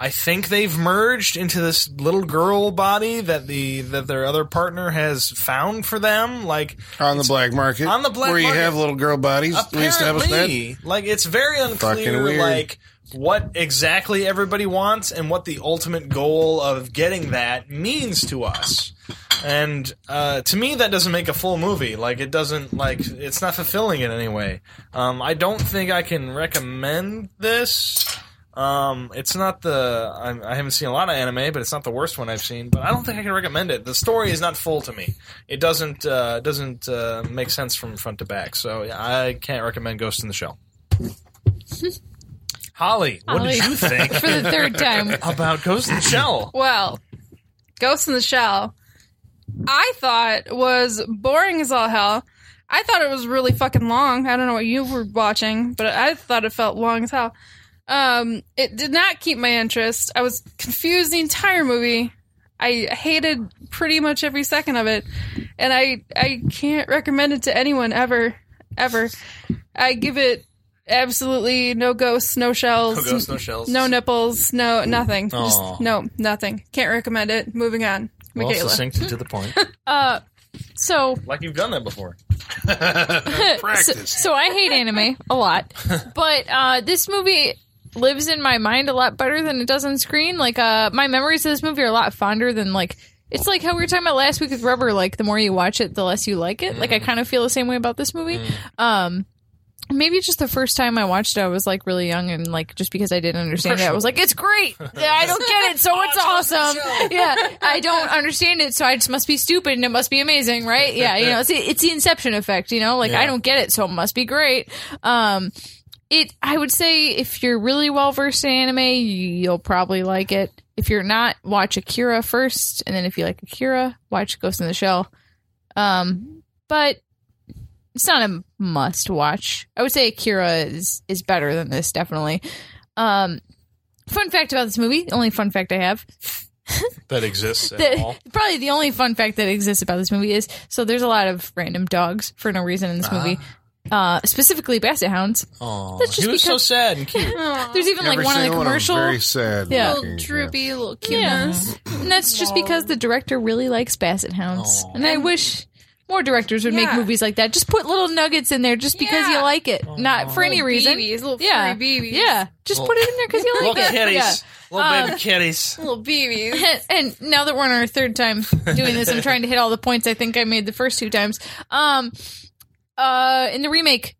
Speaker 3: I think they've merged into this little girl body that the that their other partner has found for them. Like
Speaker 2: On the black market.
Speaker 3: On the black
Speaker 2: Where you
Speaker 3: market.
Speaker 2: have little girl bodies. We established that.
Speaker 3: Apparently, like it's very
Speaker 2: Fucking
Speaker 3: unclear,
Speaker 2: weird.
Speaker 3: like what exactly everybody wants and what the ultimate goal of getting that means to us. And uh, to me, that doesn't make a full movie. Like it doesn't like it's not fulfilling in any way. Um, I don't think I can recommend this. Um, it's not the I, I haven't seen a lot of anime, but it's not the worst one I've seen. But I don't think I can recommend it. The story is not full to me. It doesn't uh, doesn't uh, make sense from front to back. So yeah, I can't recommend Ghost in the Shell. Holly, what did
Speaker 5: Holly.
Speaker 3: you think
Speaker 5: For the third time.
Speaker 3: about Ghost in the Shell?
Speaker 4: Well, Ghost in the Shell, I thought was boring as all hell. I thought it was really fucking long. I don't know what you were watching, but I thought it felt long as hell. Um, it did not keep my interest. I was confused the entire movie. I hated pretty much every second of it, and I I can't recommend it to anyone ever, ever. I give it absolutely no ghosts, no shells,
Speaker 3: No ghosts, no shells.
Speaker 4: no nipples, no nothing.
Speaker 3: Aw.
Speaker 4: Just no nothing. Can't recommend it. Moving on.
Speaker 3: Well,
Speaker 4: Michaela.
Speaker 3: succinct and to the point,
Speaker 5: So
Speaker 3: like you've done that before.
Speaker 2: Practice.
Speaker 5: So I hate anime a lot, but uh, this movie lives in my mind a lot better than it does on screen. Like uh, my memories of this movie are a lot fonder than like it's like how we were talking about last week with Rubber. Like the more you watch it, the less you like it. Like I kind of feel the same way about this movie. Um, maybe just the first time I watched it, I was like really young and like just because I didn't understand it, I was like, it's great. Yeah, I don't get it, so it's awesome. Yeah, I don't understand it, so I just must be stupid and it must be amazing, right? Yeah, you know, it's the, it's the inception effect, you know, like I don't get it, so it must be great. Um, it, I would say if you're really well versed in anime, you'll probably like it. If you're not, watch Akira first, and then if you like Akira, watch Ghost in the Shell. Um, but it's not a must watch. I would say Akira is is better than this definitely. Um, fun fact about this movie, the only fun fact I have,
Speaker 3: That exists at
Speaker 5: the, probably the only fun fact that exists about this movie is so there's a lot of random dogs for no reason in this movie.
Speaker 2: Ah.
Speaker 5: Uh, specifically basset hounds.
Speaker 3: Aw,
Speaker 5: That's just
Speaker 3: he was so
Speaker 5: because-
Speaker 3: sad and cute.
Speaker 5: There's even
Speaker 2: Every
Speaker 5: like one in the
Speaker 2: single of them
Speaker 5: commercial.
Speaker 2: Very sad.
Speaker 5: Yeah.
Speaker 2: looking,
Speaker 4: Little droopy, little
Speaker 5: Yeah.
Speaker 4: cuteness.
Speaker 5: And that's just because the director really likes basset hounds.
Speaker 3: Aw.
Speaker 5: And I wish more directors would make
Speaker 4: Yeah.
Speaker 5: movies like that. Just put little nuggets in there just because
Speaker 4: Yeah.
Speaker 5: you like it. Not
Speaker 2: Oh.
Speaker 5: for any
Speaker 4: Little
Speaker 5: reason.
Speaker 4: babies, little
Speaker 5: yeah.
Speaker 4: furry babies.
Speaker 5: Yeah. Just put it in there because you like
Speaker 3: Little
Speaker 5: it.
Speaker 3: kitties,
Speaker 5: Yeah.
Speaker 3: little baby
Speaker 5: Um,
Speaker 3: kitties.
Speaker 4: Little babies.
Speaker 5: And, and now that we're on our third time doing this, I'm trying to hit all the points I think I made the first two times. Um, uh, in the remake,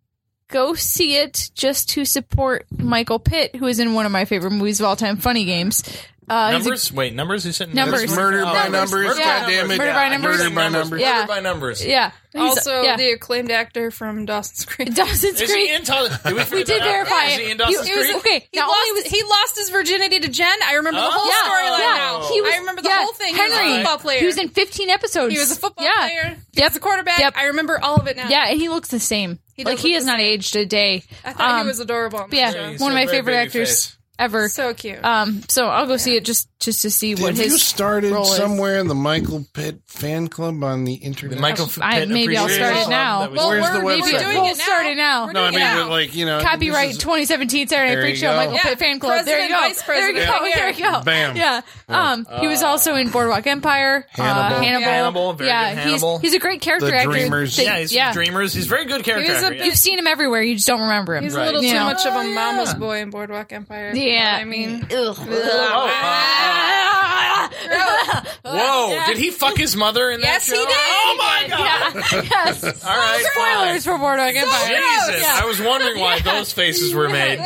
Speaker 5: go see it just to support Michael Pitt, who is in one of my favorite movies of all time, Funny Games. Uh, he's a-
Speaker 3: numbers? Wait, numbers? You said
Speaker 5: Numbers.
Speaker 2: That's murder by
Speaker 5: Numbers.
Speaker 2: numbers.
Speaker 5: Yeah.
Speaker 2: God damn it.
Speaker 5: Murder by numbers.
Speaker 2: Murder by numbers.
Speaker 5: Yeah.
Speaker 3: Murder by numbers.
Speaker 5: yeah. He's-
Speaker 4: also,
Speaker 5: yeah.
Speaker 4: the acclaimed actor from Dawson's Creek.
Speaker 5: Dawson's
Speaker 3: Is he
Speaker 5: Creek.
Speaker 3: in Dawson? Did we, figure
Speaker 5: We did
Speaker 3: that out?
Speaker 5: verify
Speaker 3: Is
Speaker 5: it.
Speaker 3: he in
Speaker 5: He-
Speaker 3: Dawson's
Speaker 5: he
Speaker 4: It was-
Speaker 3: Creek?
Speaker 4: okay, he
Speaker 5: Now,
Speaker 4: lost,
Speaker 5: all
Speaker 4: his, he lost his virginity to Jen. I remember the whole
Speaker 3: Oh.
Speaker 4: storyline
Speaker 3: Yeah.
Speaker 4: now.
Speaker 5: He was,
Speaker 4: I remember the
Speaker 5: yeah,
Speaker 4: whole thing.
Speaker 5: Henry,
Speaker 4: he was a football player.
Speaker 5: He was in 15 episodes.
Speaker 4: He was a football
Speaker 5: yeah.
Speaker 4: player. He
Speaker 5: Yep.
Speaker 4: was the quarterback.
Speaker 5: Yep.
Speaker 4: I remember all of it now.
Speaker 5: Yeah, and he looks the same.
Speaker 4: He does
Speaker 5: like he
Speaker 4: look
Speaker 5: has
Speaker 4: the
Speaker 5: not aged a day.
Speaker 4: I thought
Speaker 5: Um,
Speaker 4: he was adorable. on that
Speaker 5: Yeah,
Speaker 4: show.
Speaker 3: he's
Speaker 5: one
Speaker 3: a
Speaker 5: of my
Speaker 3: very
Speaker 5: favorite
Speaker 3: baby
Speaker 5: actors
Speaker 3: face.
Speaker 5: ever.
Speaker 4: so cute.
Speaker 5: um, so I'll go see it just just to see what
Speaker 2: Have you
Speaker 5: his
Speaker 2: started
Speaker 5: role is.
Speaker 2: somewhere in the Michael Pitt fan club on the internet?
Speaker 3: The Michael
Speaker 5: I-
Speaker 3: Pitt
Speaker 5: maybe I'll
Speaker 3: Appreciation
Speaker 5: start it
Speaker 3: Club
Speaker 5: now.
Speaker 3: that we
Speaker 4: well,
Speaker 2: Where's
Speaker 4: we're,
Speaker 2: the
Speaker 4: we're
Speaker 2: website?
Speaker 4: doing
Speaker 5: We'll
Speaker 4: it now.
Speaker 5: start it now.
Speaker 4: We're
Speaker 2: no, I
Speaker 4: doing
Speaker 2: mean,
Speaker 4: it
Speaker 2: but
Speaker 4: now.
Speaker 2: like you know,
Speaker 5: Copyright
Speaker 2: this is-
Speaker 5: 2017 Saturday
Speaker 2: There
Speaker 5: Night Freak
Speaker 2: you
Speaker 5: Show,
Speaker 2: go.
Speaker 5: Michael
Speaker 4: Yeah,
Speaker 5: Pitt fan club. there you
Speaker 4: President,
Speaker 5: go.
Speaker 4: Vice
Speaker 5: there you go.
Speaker 4: President.
Speaker 5: There you go.
Speaker 2: Bam.
Speaker 5: Yeah. Um, he was also in Boardwalk Empire.
Speaker 2: Hannibal.
Speaker 5: Uh, Hannibal.
Speaker 3: Oh. Hannibal, very
Speaker 5: yeah,
Speaker 3: good
Speaker 5: he's-
Speaker 3: Hannibal.
Speaker 5: He's, a great character
Speaker 2: The
Speaker 5: actor.
Speaker 2: Dreamers.
Speaker 5: That-
Speaker 3: Yeah, he's from Dreamers. He's a very good character.
Speaker 4: He was a
Speaker 3: actor, yeah.
Speaker 4: bit-
Speaker 5: You've seen him everywhere. You just don't remember him.
Speaker 4: He's
Speaker 3: Right.
Speaker 4: a little
Speaker 5: Yeah.
Speaker 4: too much of
Speaker 3: Oh,
Speaker 4: a
Speaker 3: yeah.
Speaker 4: mama's boy in Boardwalk Empire.
Speaker 5: Yeah.
Speaker 4: I mean,
Speaker 5: Ugh.
Speaker 3: Whoa! Did he fuck his mother in
Speaker 4: Yes,
Speaker 3: that
Speaker 4: he
Speaker 3: show?
Speaker 4: did.
Speaker 3: Oh my god!
Speaker 5: Yeah. Yes.
Speaker 3: All right,
Speaker 5: Spoilers for Boardwalk Empire.
Speaker 3: fine. Jesus,
Speaker 5: Yeah.
Speaker 3: I was wondering why those faces were made.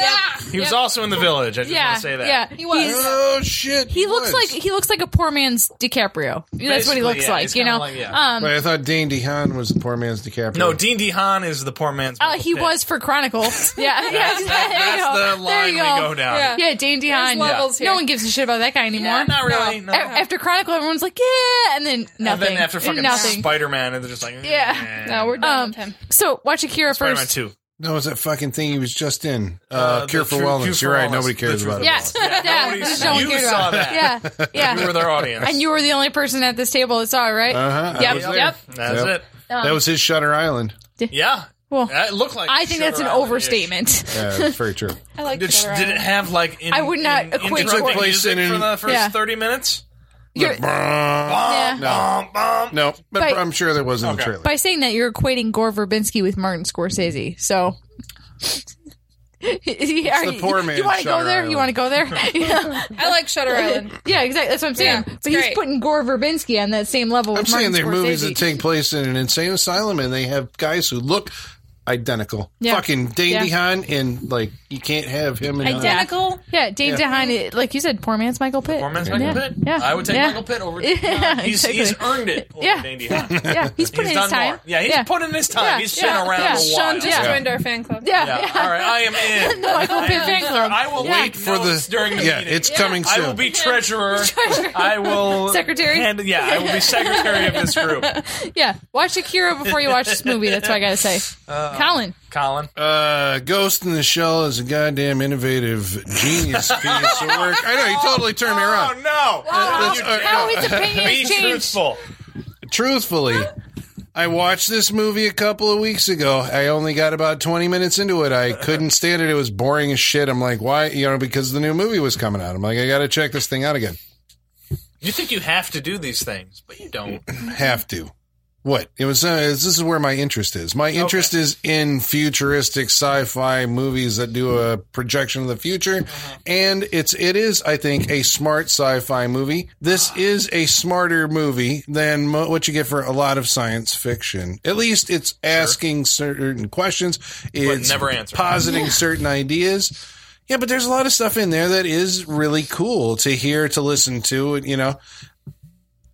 Speaker 3: He was also in the village. I just
Speaker 5: Yeah.
Speaker 3: want to say that.
Speaker 5: Yeah.
Speaker 4: He was.
Speaker 5: He's-
Speaker 2: Oh shit!
Speaker 5: he looks
Speaker 2: was.
Speaker 5: like he looks like a poor man's DiCaprio. That's what
Speaker 3: Basically,
Speaker 5: he looks
Speaker 3: yeah,
Speaker 5: like,
Speaker 3: he's
Speaker 5: you
Speaker 3: kinda
Speaker 5: know.
Speaker 3: like- yeah.
Speaker 5: Um,
Speaker 2: Wait, I thought Dane DeHaan was the poor man's DiCaprio.
Speaker 3: No, Dean DeHaan is the poor man's.
Speaker 5: uh,
Speaker 3: Michael
Speaker 5: he
Speaker 3: Pitt.
Speaker 5: was for Chronicle. Yeah, yeah,
Speaker 3: That's,
Speaker 5: there you
Speaker 3: that's
Speaker 5: go.
Speaker 3: the
Speaker 5: there
Speaker 3: line
Speaker 5: you
Speaker 3: we go down.
Speaker 4: Yeah.
Speaker 5: Yeah, Dane DeHaan.
Speaker 4: levels
Speaker 5: No
Speaker 4: here.
Speaker 5: one gives a shit about that guy anymore.
Speaker 3: Yeah, not really.
Speaker 5: A-
Speaker 3: No.
Speaker 5: After Chronicle, everyone's like, yeah, and then
Speaker 3: And
Speaker 5: nothing.
Speaker 3: then after fucking
Speaker 5: nothing.
Speaker 3: Spider Man, and they're just like,
Speaker 5: Yeah.
Speaker 4: no, we're done
Speaker 5: um,
Speaker 4: with him.
Speaker 5: so watch Akira
Speaker 3: Spider Man
Speaker 5: first.
Speaker 3: Two.
Speaker 2: No, it's that fucking thing he was just in. Uh,
Speaker 3: Uh,
Speaker 2: Cure
Speaker 3: the
Speaker 2: for
Speaker 3: True-
Speaker 2: Wellness.
Speaker 3: Cure for
Speaker 2: You're right.
Speaker 3: Wellness.
Speaker 2: Nobody cares
Speaker 3: The True
Speaker 2: about
Speaker 3: for
Speaker 2: it.
Speaker 5: Yeah,
Speaker 3: Yeah,
Speaker 5: yeah.
Speaker 3: nobody
Speaker 5: there's
Speaker 3: saw-
Speaker 5: no one
Speaker 3: you
Speaker 5: cared
Speaker 3: saw
Speaker 5: about it. Yeah,
Speaker 3: We
Speaker 5: yeah.
Speaker 3: were their audience.
Speaker 5: and you were the only person at this table that saw it, right?
Speaker 2: Uh huh.
Speaker 5: Yep, um, yep.
Speaker 3: That's
Speaker 2: Yep.
Speaker 3: it.
Speaker 2: That was his Shutter Island.
Speaker 3: Yeah.
Speaker 5: Well,
Speaker 3: That looked like.
Speaker 5: I think that's an
Speaker 3: Shutter Island-ish.
Speaker 5: overstatement.
Speaker 2: Yeah, that's very true.
Speaker 4: I like
Speaker 3: Did,
Speaker 4: Shutter
Speaker 3: did it
Speaker 4: Island.
Speaker 3: have like? In,
Speaker 5: I would not
Speaker 3: in,
Speaker 5: equate
Speaker 3: interrupting
Speaker 5: Took
Speaker 2: place
Speaker 3: music
Speaker 2: in-
Speaker 3: for the first
Speaker 5: Yeah.
Speaker 3: thirty minutes.
Speaker 5: You're- yeah.
Speaker 2: No,
Speaker 3: Um,
Speaker 2: no, but
Speaker 5: But-
Speaker 2: I'm sure there was in the
Speaker 3: Okay.
Speaker 2: trailer.
Speaker 5: by saying that you're equating Gore Verbinski with Martin Scorsese. So the
Speaker 2: poor man's
Speaker 5: You want to go
Speaker 2: Shutter
Speaker 5: there?
Speaker 2: Island.
Speaker 5: You want to go there? yeah.
Speaker 4: I like Shutter Island.
Speaker 5: yeah, exactly. That's what I'm saying.
Speaker 4: Yeah, it's
Speaker 5: but he's
Speaker 4: great.
Speaker 5: putting Gore Verbinski on that same level.
Speaker 2: I'm
Speaker 5: with
Speaker 2: saying
Speaker 5: Martin
Speaker 2: there are
Speaker 5: Scorsese.
Speaker 2: movies that take place in an insane asylum, and they have guys who look identical.
Speaker 5: Yeah.
Speaker 2: Fucking Dane
Speaker 5: Yeah.
Speaker 2: DeHaan, and like you can't have him and
Speaker 5: Yeah.
Speaker 4: Identical.
Speaker 5: yeah, Dane DeHaan, like you said, poor man's Michael Pitt.
Speaker 3: Poor man's Michael
Speaker 5: yeah.
Speaker 3: Pitt.
Speaker 5: Yeah.
Speaker 3: I would take
Speaker 5: Yeah.
Speaker 3: Michael Pitt over.
Speaker 5: Yeah,
Speaker 3: he's,
Speaker 5: exactly.
Speaker 3: he's earned it. Over
Speaker 5: Yeah.
Speaker 3: Dandy Hines.
Speaker 5: Yeah, he's
Speaker 3: He's
Speaker 5: putting his
Speaker 3: done
Speaker 5: time.
Speaker 3: more. Yeah, he's putting his time.
Speaker 5: Yeah.
Speaker 3: He's
Speaker 5: Yeah.
Speaker 3: been around
Speaker 5: Yeah.
Speaker 3: a while.
Speaker 4: Sean just
Speaker 5: Yeah.
Speaker 4: joined our fan club.
Speaker 5: Yeah,
Speaker 3: yeah.
Speaker 5: yeah.
Speaker 3: All right, I am in.
Speaker 5: Michael Pitt fan club.
Speaker 3: I will
Speaker 5: Yeah.
Speaker 3: wait
Speaker 2: for the
Speaker 3: during the
Speaker 2: yeah,
Speaker 3: meeting.
Speaker 2: it's coming
Speaker 3: I
Speaker 2: soon.
Speaker 3: will be treasurer. I will
Speaker 5: Secretary?
Speaker 3: hand- yeah, I will be secretary of this group.
Speaker 5: Yeah, watch Akira before you watch this movie. That's what I gotta say. Colin,
Speaker 3: Colin,
Speaker 2: Uh, Ghost in the Shell is a goddamn innovative genius piece of work. I know he totally turned me
Speaker 3: Oh
Speaker 2: around.
Speaker 3: no!
Speaker 2: Let's- uh,
Speaker 5: how his opinion
Speaker 3: be
Speaker 5: has changed.
Speaker 3: truthful.
Speaker 2: truthfully, I watched this movie a couple of weeks ago. I only got about 20 minutes into it. I couldn't stand it. It was boring as shit. I'm like, why? You know, because the new movie was coming out. I'm like, I got to check this thing out again.
Speaker 3: You think you have to do these things, but you don't.
Speaker 2: Have to. What? It was, uh, this is where my interest is. My interest is in futuristic sci-fi movies that do a projection of the future. And it's, it is, I think, a smart sci-fi movie. This is a smarter movie than mo- what you get for a lot of science fiction. At least it's asking certain questions. It's
Speaker 3: never answer.
Speaker 2: positing certain ideas. Yeah, but there's a lot of stuff in there that is really cool to hear, to listen to, and you know.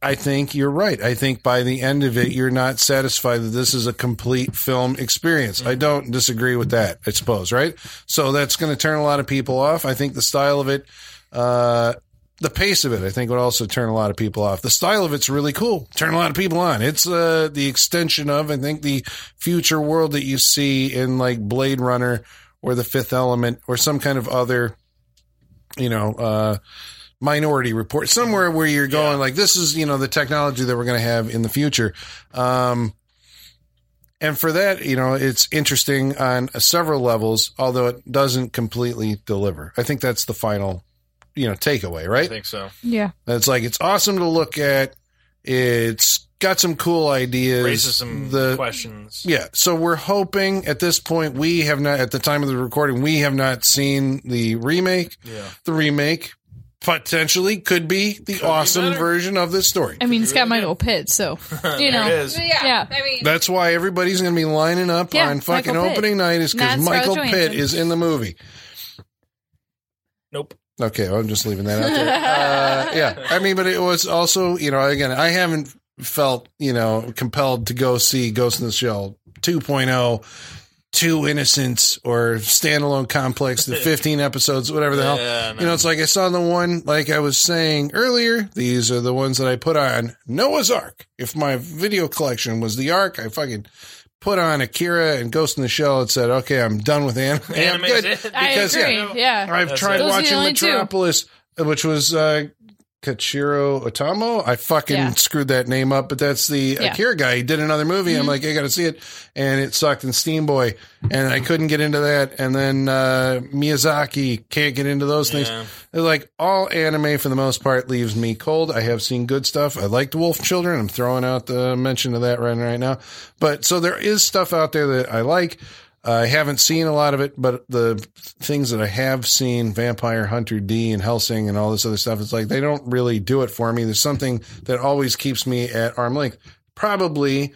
Speaker 2: I think you're right. I think by the end of it, you're not satisfied that this is a complete film experience.
Speaker 3: Mm-hmm.
Speaker 2: I don't disagree with that, I suppose, right? So that's going to turn a lot of people off. I think the style of it, uh, the pace of it, I think would also turn a lot of people off. The style of it's really cool. Turn a lot of people on. It's, uh, the extension of, I think, the future world that you see in like Blade Runner or The Fifth Element or some kind of other, you know, uh, minority report somewhere where you're going like this is you know the technology that we're going to have in the future um and for that you know it's interesting on several levels although it doesn't completely deliver i think that's the final you know takeaway
Speaker 3: I
Speaker 2: right
Speaker 3: think so.
Speaker 5: Yeah,
Speaker 2: it's like it's awesome to look at it's got some cool ideas
Speaker 3: Raises some
Speaker 2: the
Speaker 3: questions.
Speaker 2: yeah. So we're hoping at this point we have not at the time of the recording we have not seen the remake.
Speaker 3: Yeah.
Speaker 2: The remake potentially could be the awesome
Speaker 3: better.
Speaker 2: version of this story.
Speaker 5: I mean, it's got Michael Pitt, so you know.
Speaker 3: It is.
Speaker 5: Yeah.
Speaker 4: I mean,
Speaker 2: That's why everybody's going to be lining up
Speaker 5: Yeah,
Speaker 2: on fucking
Speaker 5: Michael Pitt.
Speaker 2: opening night is
Speaker 5: Not
Speaker 2: because
Speaker 5: Scarlett
Speaker 2: Michael Pitt
Speaker 5: Johansson.
Speaker 2: is in the movie.
Speaker 3: Nope.
Speaker 2: Okay, well, I'm just leaving that out there. Uh, yeah, I mean, but it was also, you know, again, I haven't felt, you know, compelled to go see Ghost in the Shell 2.0, Two Innocents, or standalone complex, the 15 episodes, whatever the hell.
Speaker 3: Yeah, no.
Speaker 2: You know, it's like I saw the one, like I was saying earlier, these are the ones that I put on Noah's Ark. If my video collection was the Ark, I fucking put on Akira and Ghost in the Shell and said, okay, I'm done with anime. I'm
Speaker 3: Anime's
Speaker 2: good.
Speaker 3: it.
Speaker 5: I
Speaker 2: Because,
Speaker 5: agree.
Speaker 2: yeah.
Speaker 5: Yeah.
Speaker 2: I've
Speaker 3: That's
Speaker 2: tried
Speaker 3: it. Those
Speaker 5: are the
Speaker 2: watching
Speaker 5: only two.
Speaker 2: Metropolis, which was uh, Kachiro Otomo. I fucking
Speaker 5: Yeah.
Speaker 2: screwed that name up, but that's the
Speaker 5: Yeah. Mm-hmm.
Speaker 2: Akira guy. He did another movie. I'm like, I got to see it, and it sucked. And Steamboy, and I couldn't get into that. And then uh, Miyazaki can't get into those
Speaker 3: Yeah.
Speaker 2: things. They're like all anime for the most part leaves me cold. I have seen good stuff. I liked Wolf Children. I'm throwing out the mention of that right right now. But so there is stuff out there that I like. I haven't seen a lot of it, but the things that I have seen, Vampire Hunter D and Helsing and all this other stuff, it's like they don't really do it for me. There's something that always keeps me at arm length. Probably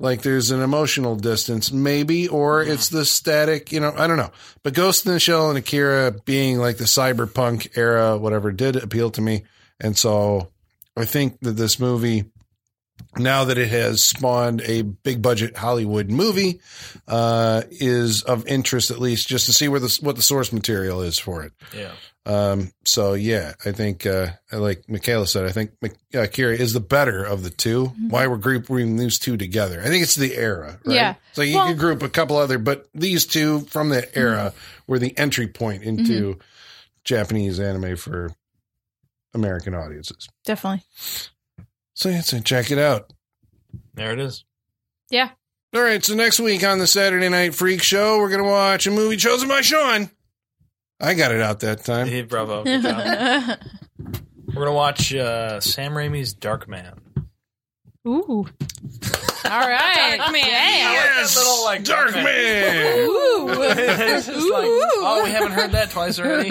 Speaker 2: like there's an emotional distance, maybe, or it's the static, you know, I don't know. But Ghost in the Shell and Akira being like the cyberpunk era, whatever, did appeal to me. And so I think that this movie, now that it has spawned a big budget Hollywood movie, uh, is of interest at least just to see where the what the source material is for it.
Speaker 3: Yeah.
Speaker 2: Um, so yeah, I think uh, like Michaela said, I think Mik- uh, Akira is the better of the 2
Speaker 5: Mm-hmm.
Speaker 2: Why we're grouping these two together? I think it's the era. Right?
Speaker 5: Yeah.
Speaker 2: So you
Speaker 5: Well- Mm-hmm.
Speaker 2: could group a couple other, but these two from that era were the entry point into Japanese anime for American audiences.
Speaker 5: Definitely.
Speaker 2: So yeah, so check it out.
Speaker 3: There it is.
Speaker 2: All right, so next week on the Saturday Night Freak Show, we're going to watch a movie chosen by Sean. I got it out that time.
Speaker 3: Hey, bravo. Good job. We're going to watch uh, Sam Raimi's Dark Man.
Speaker 5: Ooh. All right.
Speaker 4: Dark man.
Speaker 5: Yeah.
Speaker 3: Yes! Little, like,
Speaker 2: Dark
Speaker 3: Darkman.
Speaker 2: Man.
Speaker 3: It's just like,
Speaker 5: Ooh.
Speaker 3: oh, we haven't heard that twice already.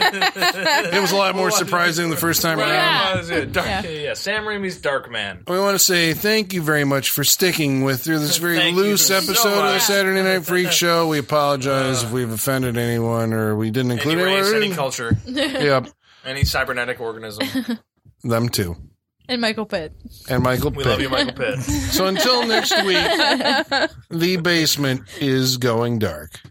Speaker 2: it was a lot more surprising the first time around.
Speaker 3: Right. Yeah. Dark, yeah. Sam Raimi's Dark Man.
Speaker 2: We want to say thank you very much for sticking with through this very
Speaker 3: Thank you
Speaker 2: loose
Speaker 3: so
Speaker 2: episode of the
Speaker 3: much.
Speaker 2: Saturday Night Freak Show. We apologize if we've offended anyone or we didn't
Speaker 3: Any
Speaker 2: include
Speaker 3: race, any
Speaker 2: anyone.
Speaker 3: culture,
Speaker 2: Yep,
Speaker 3: any cybernetic organism.
Speaker 2: them too.
Speaker 5: And Michael Pitt.
Speaker 2: And Michael
Speaker 3: We
Speaker 2: Pitt.
Speaker 3: love you, Michael Pitt.
Speaker 2: So until next week, the basement is going dark.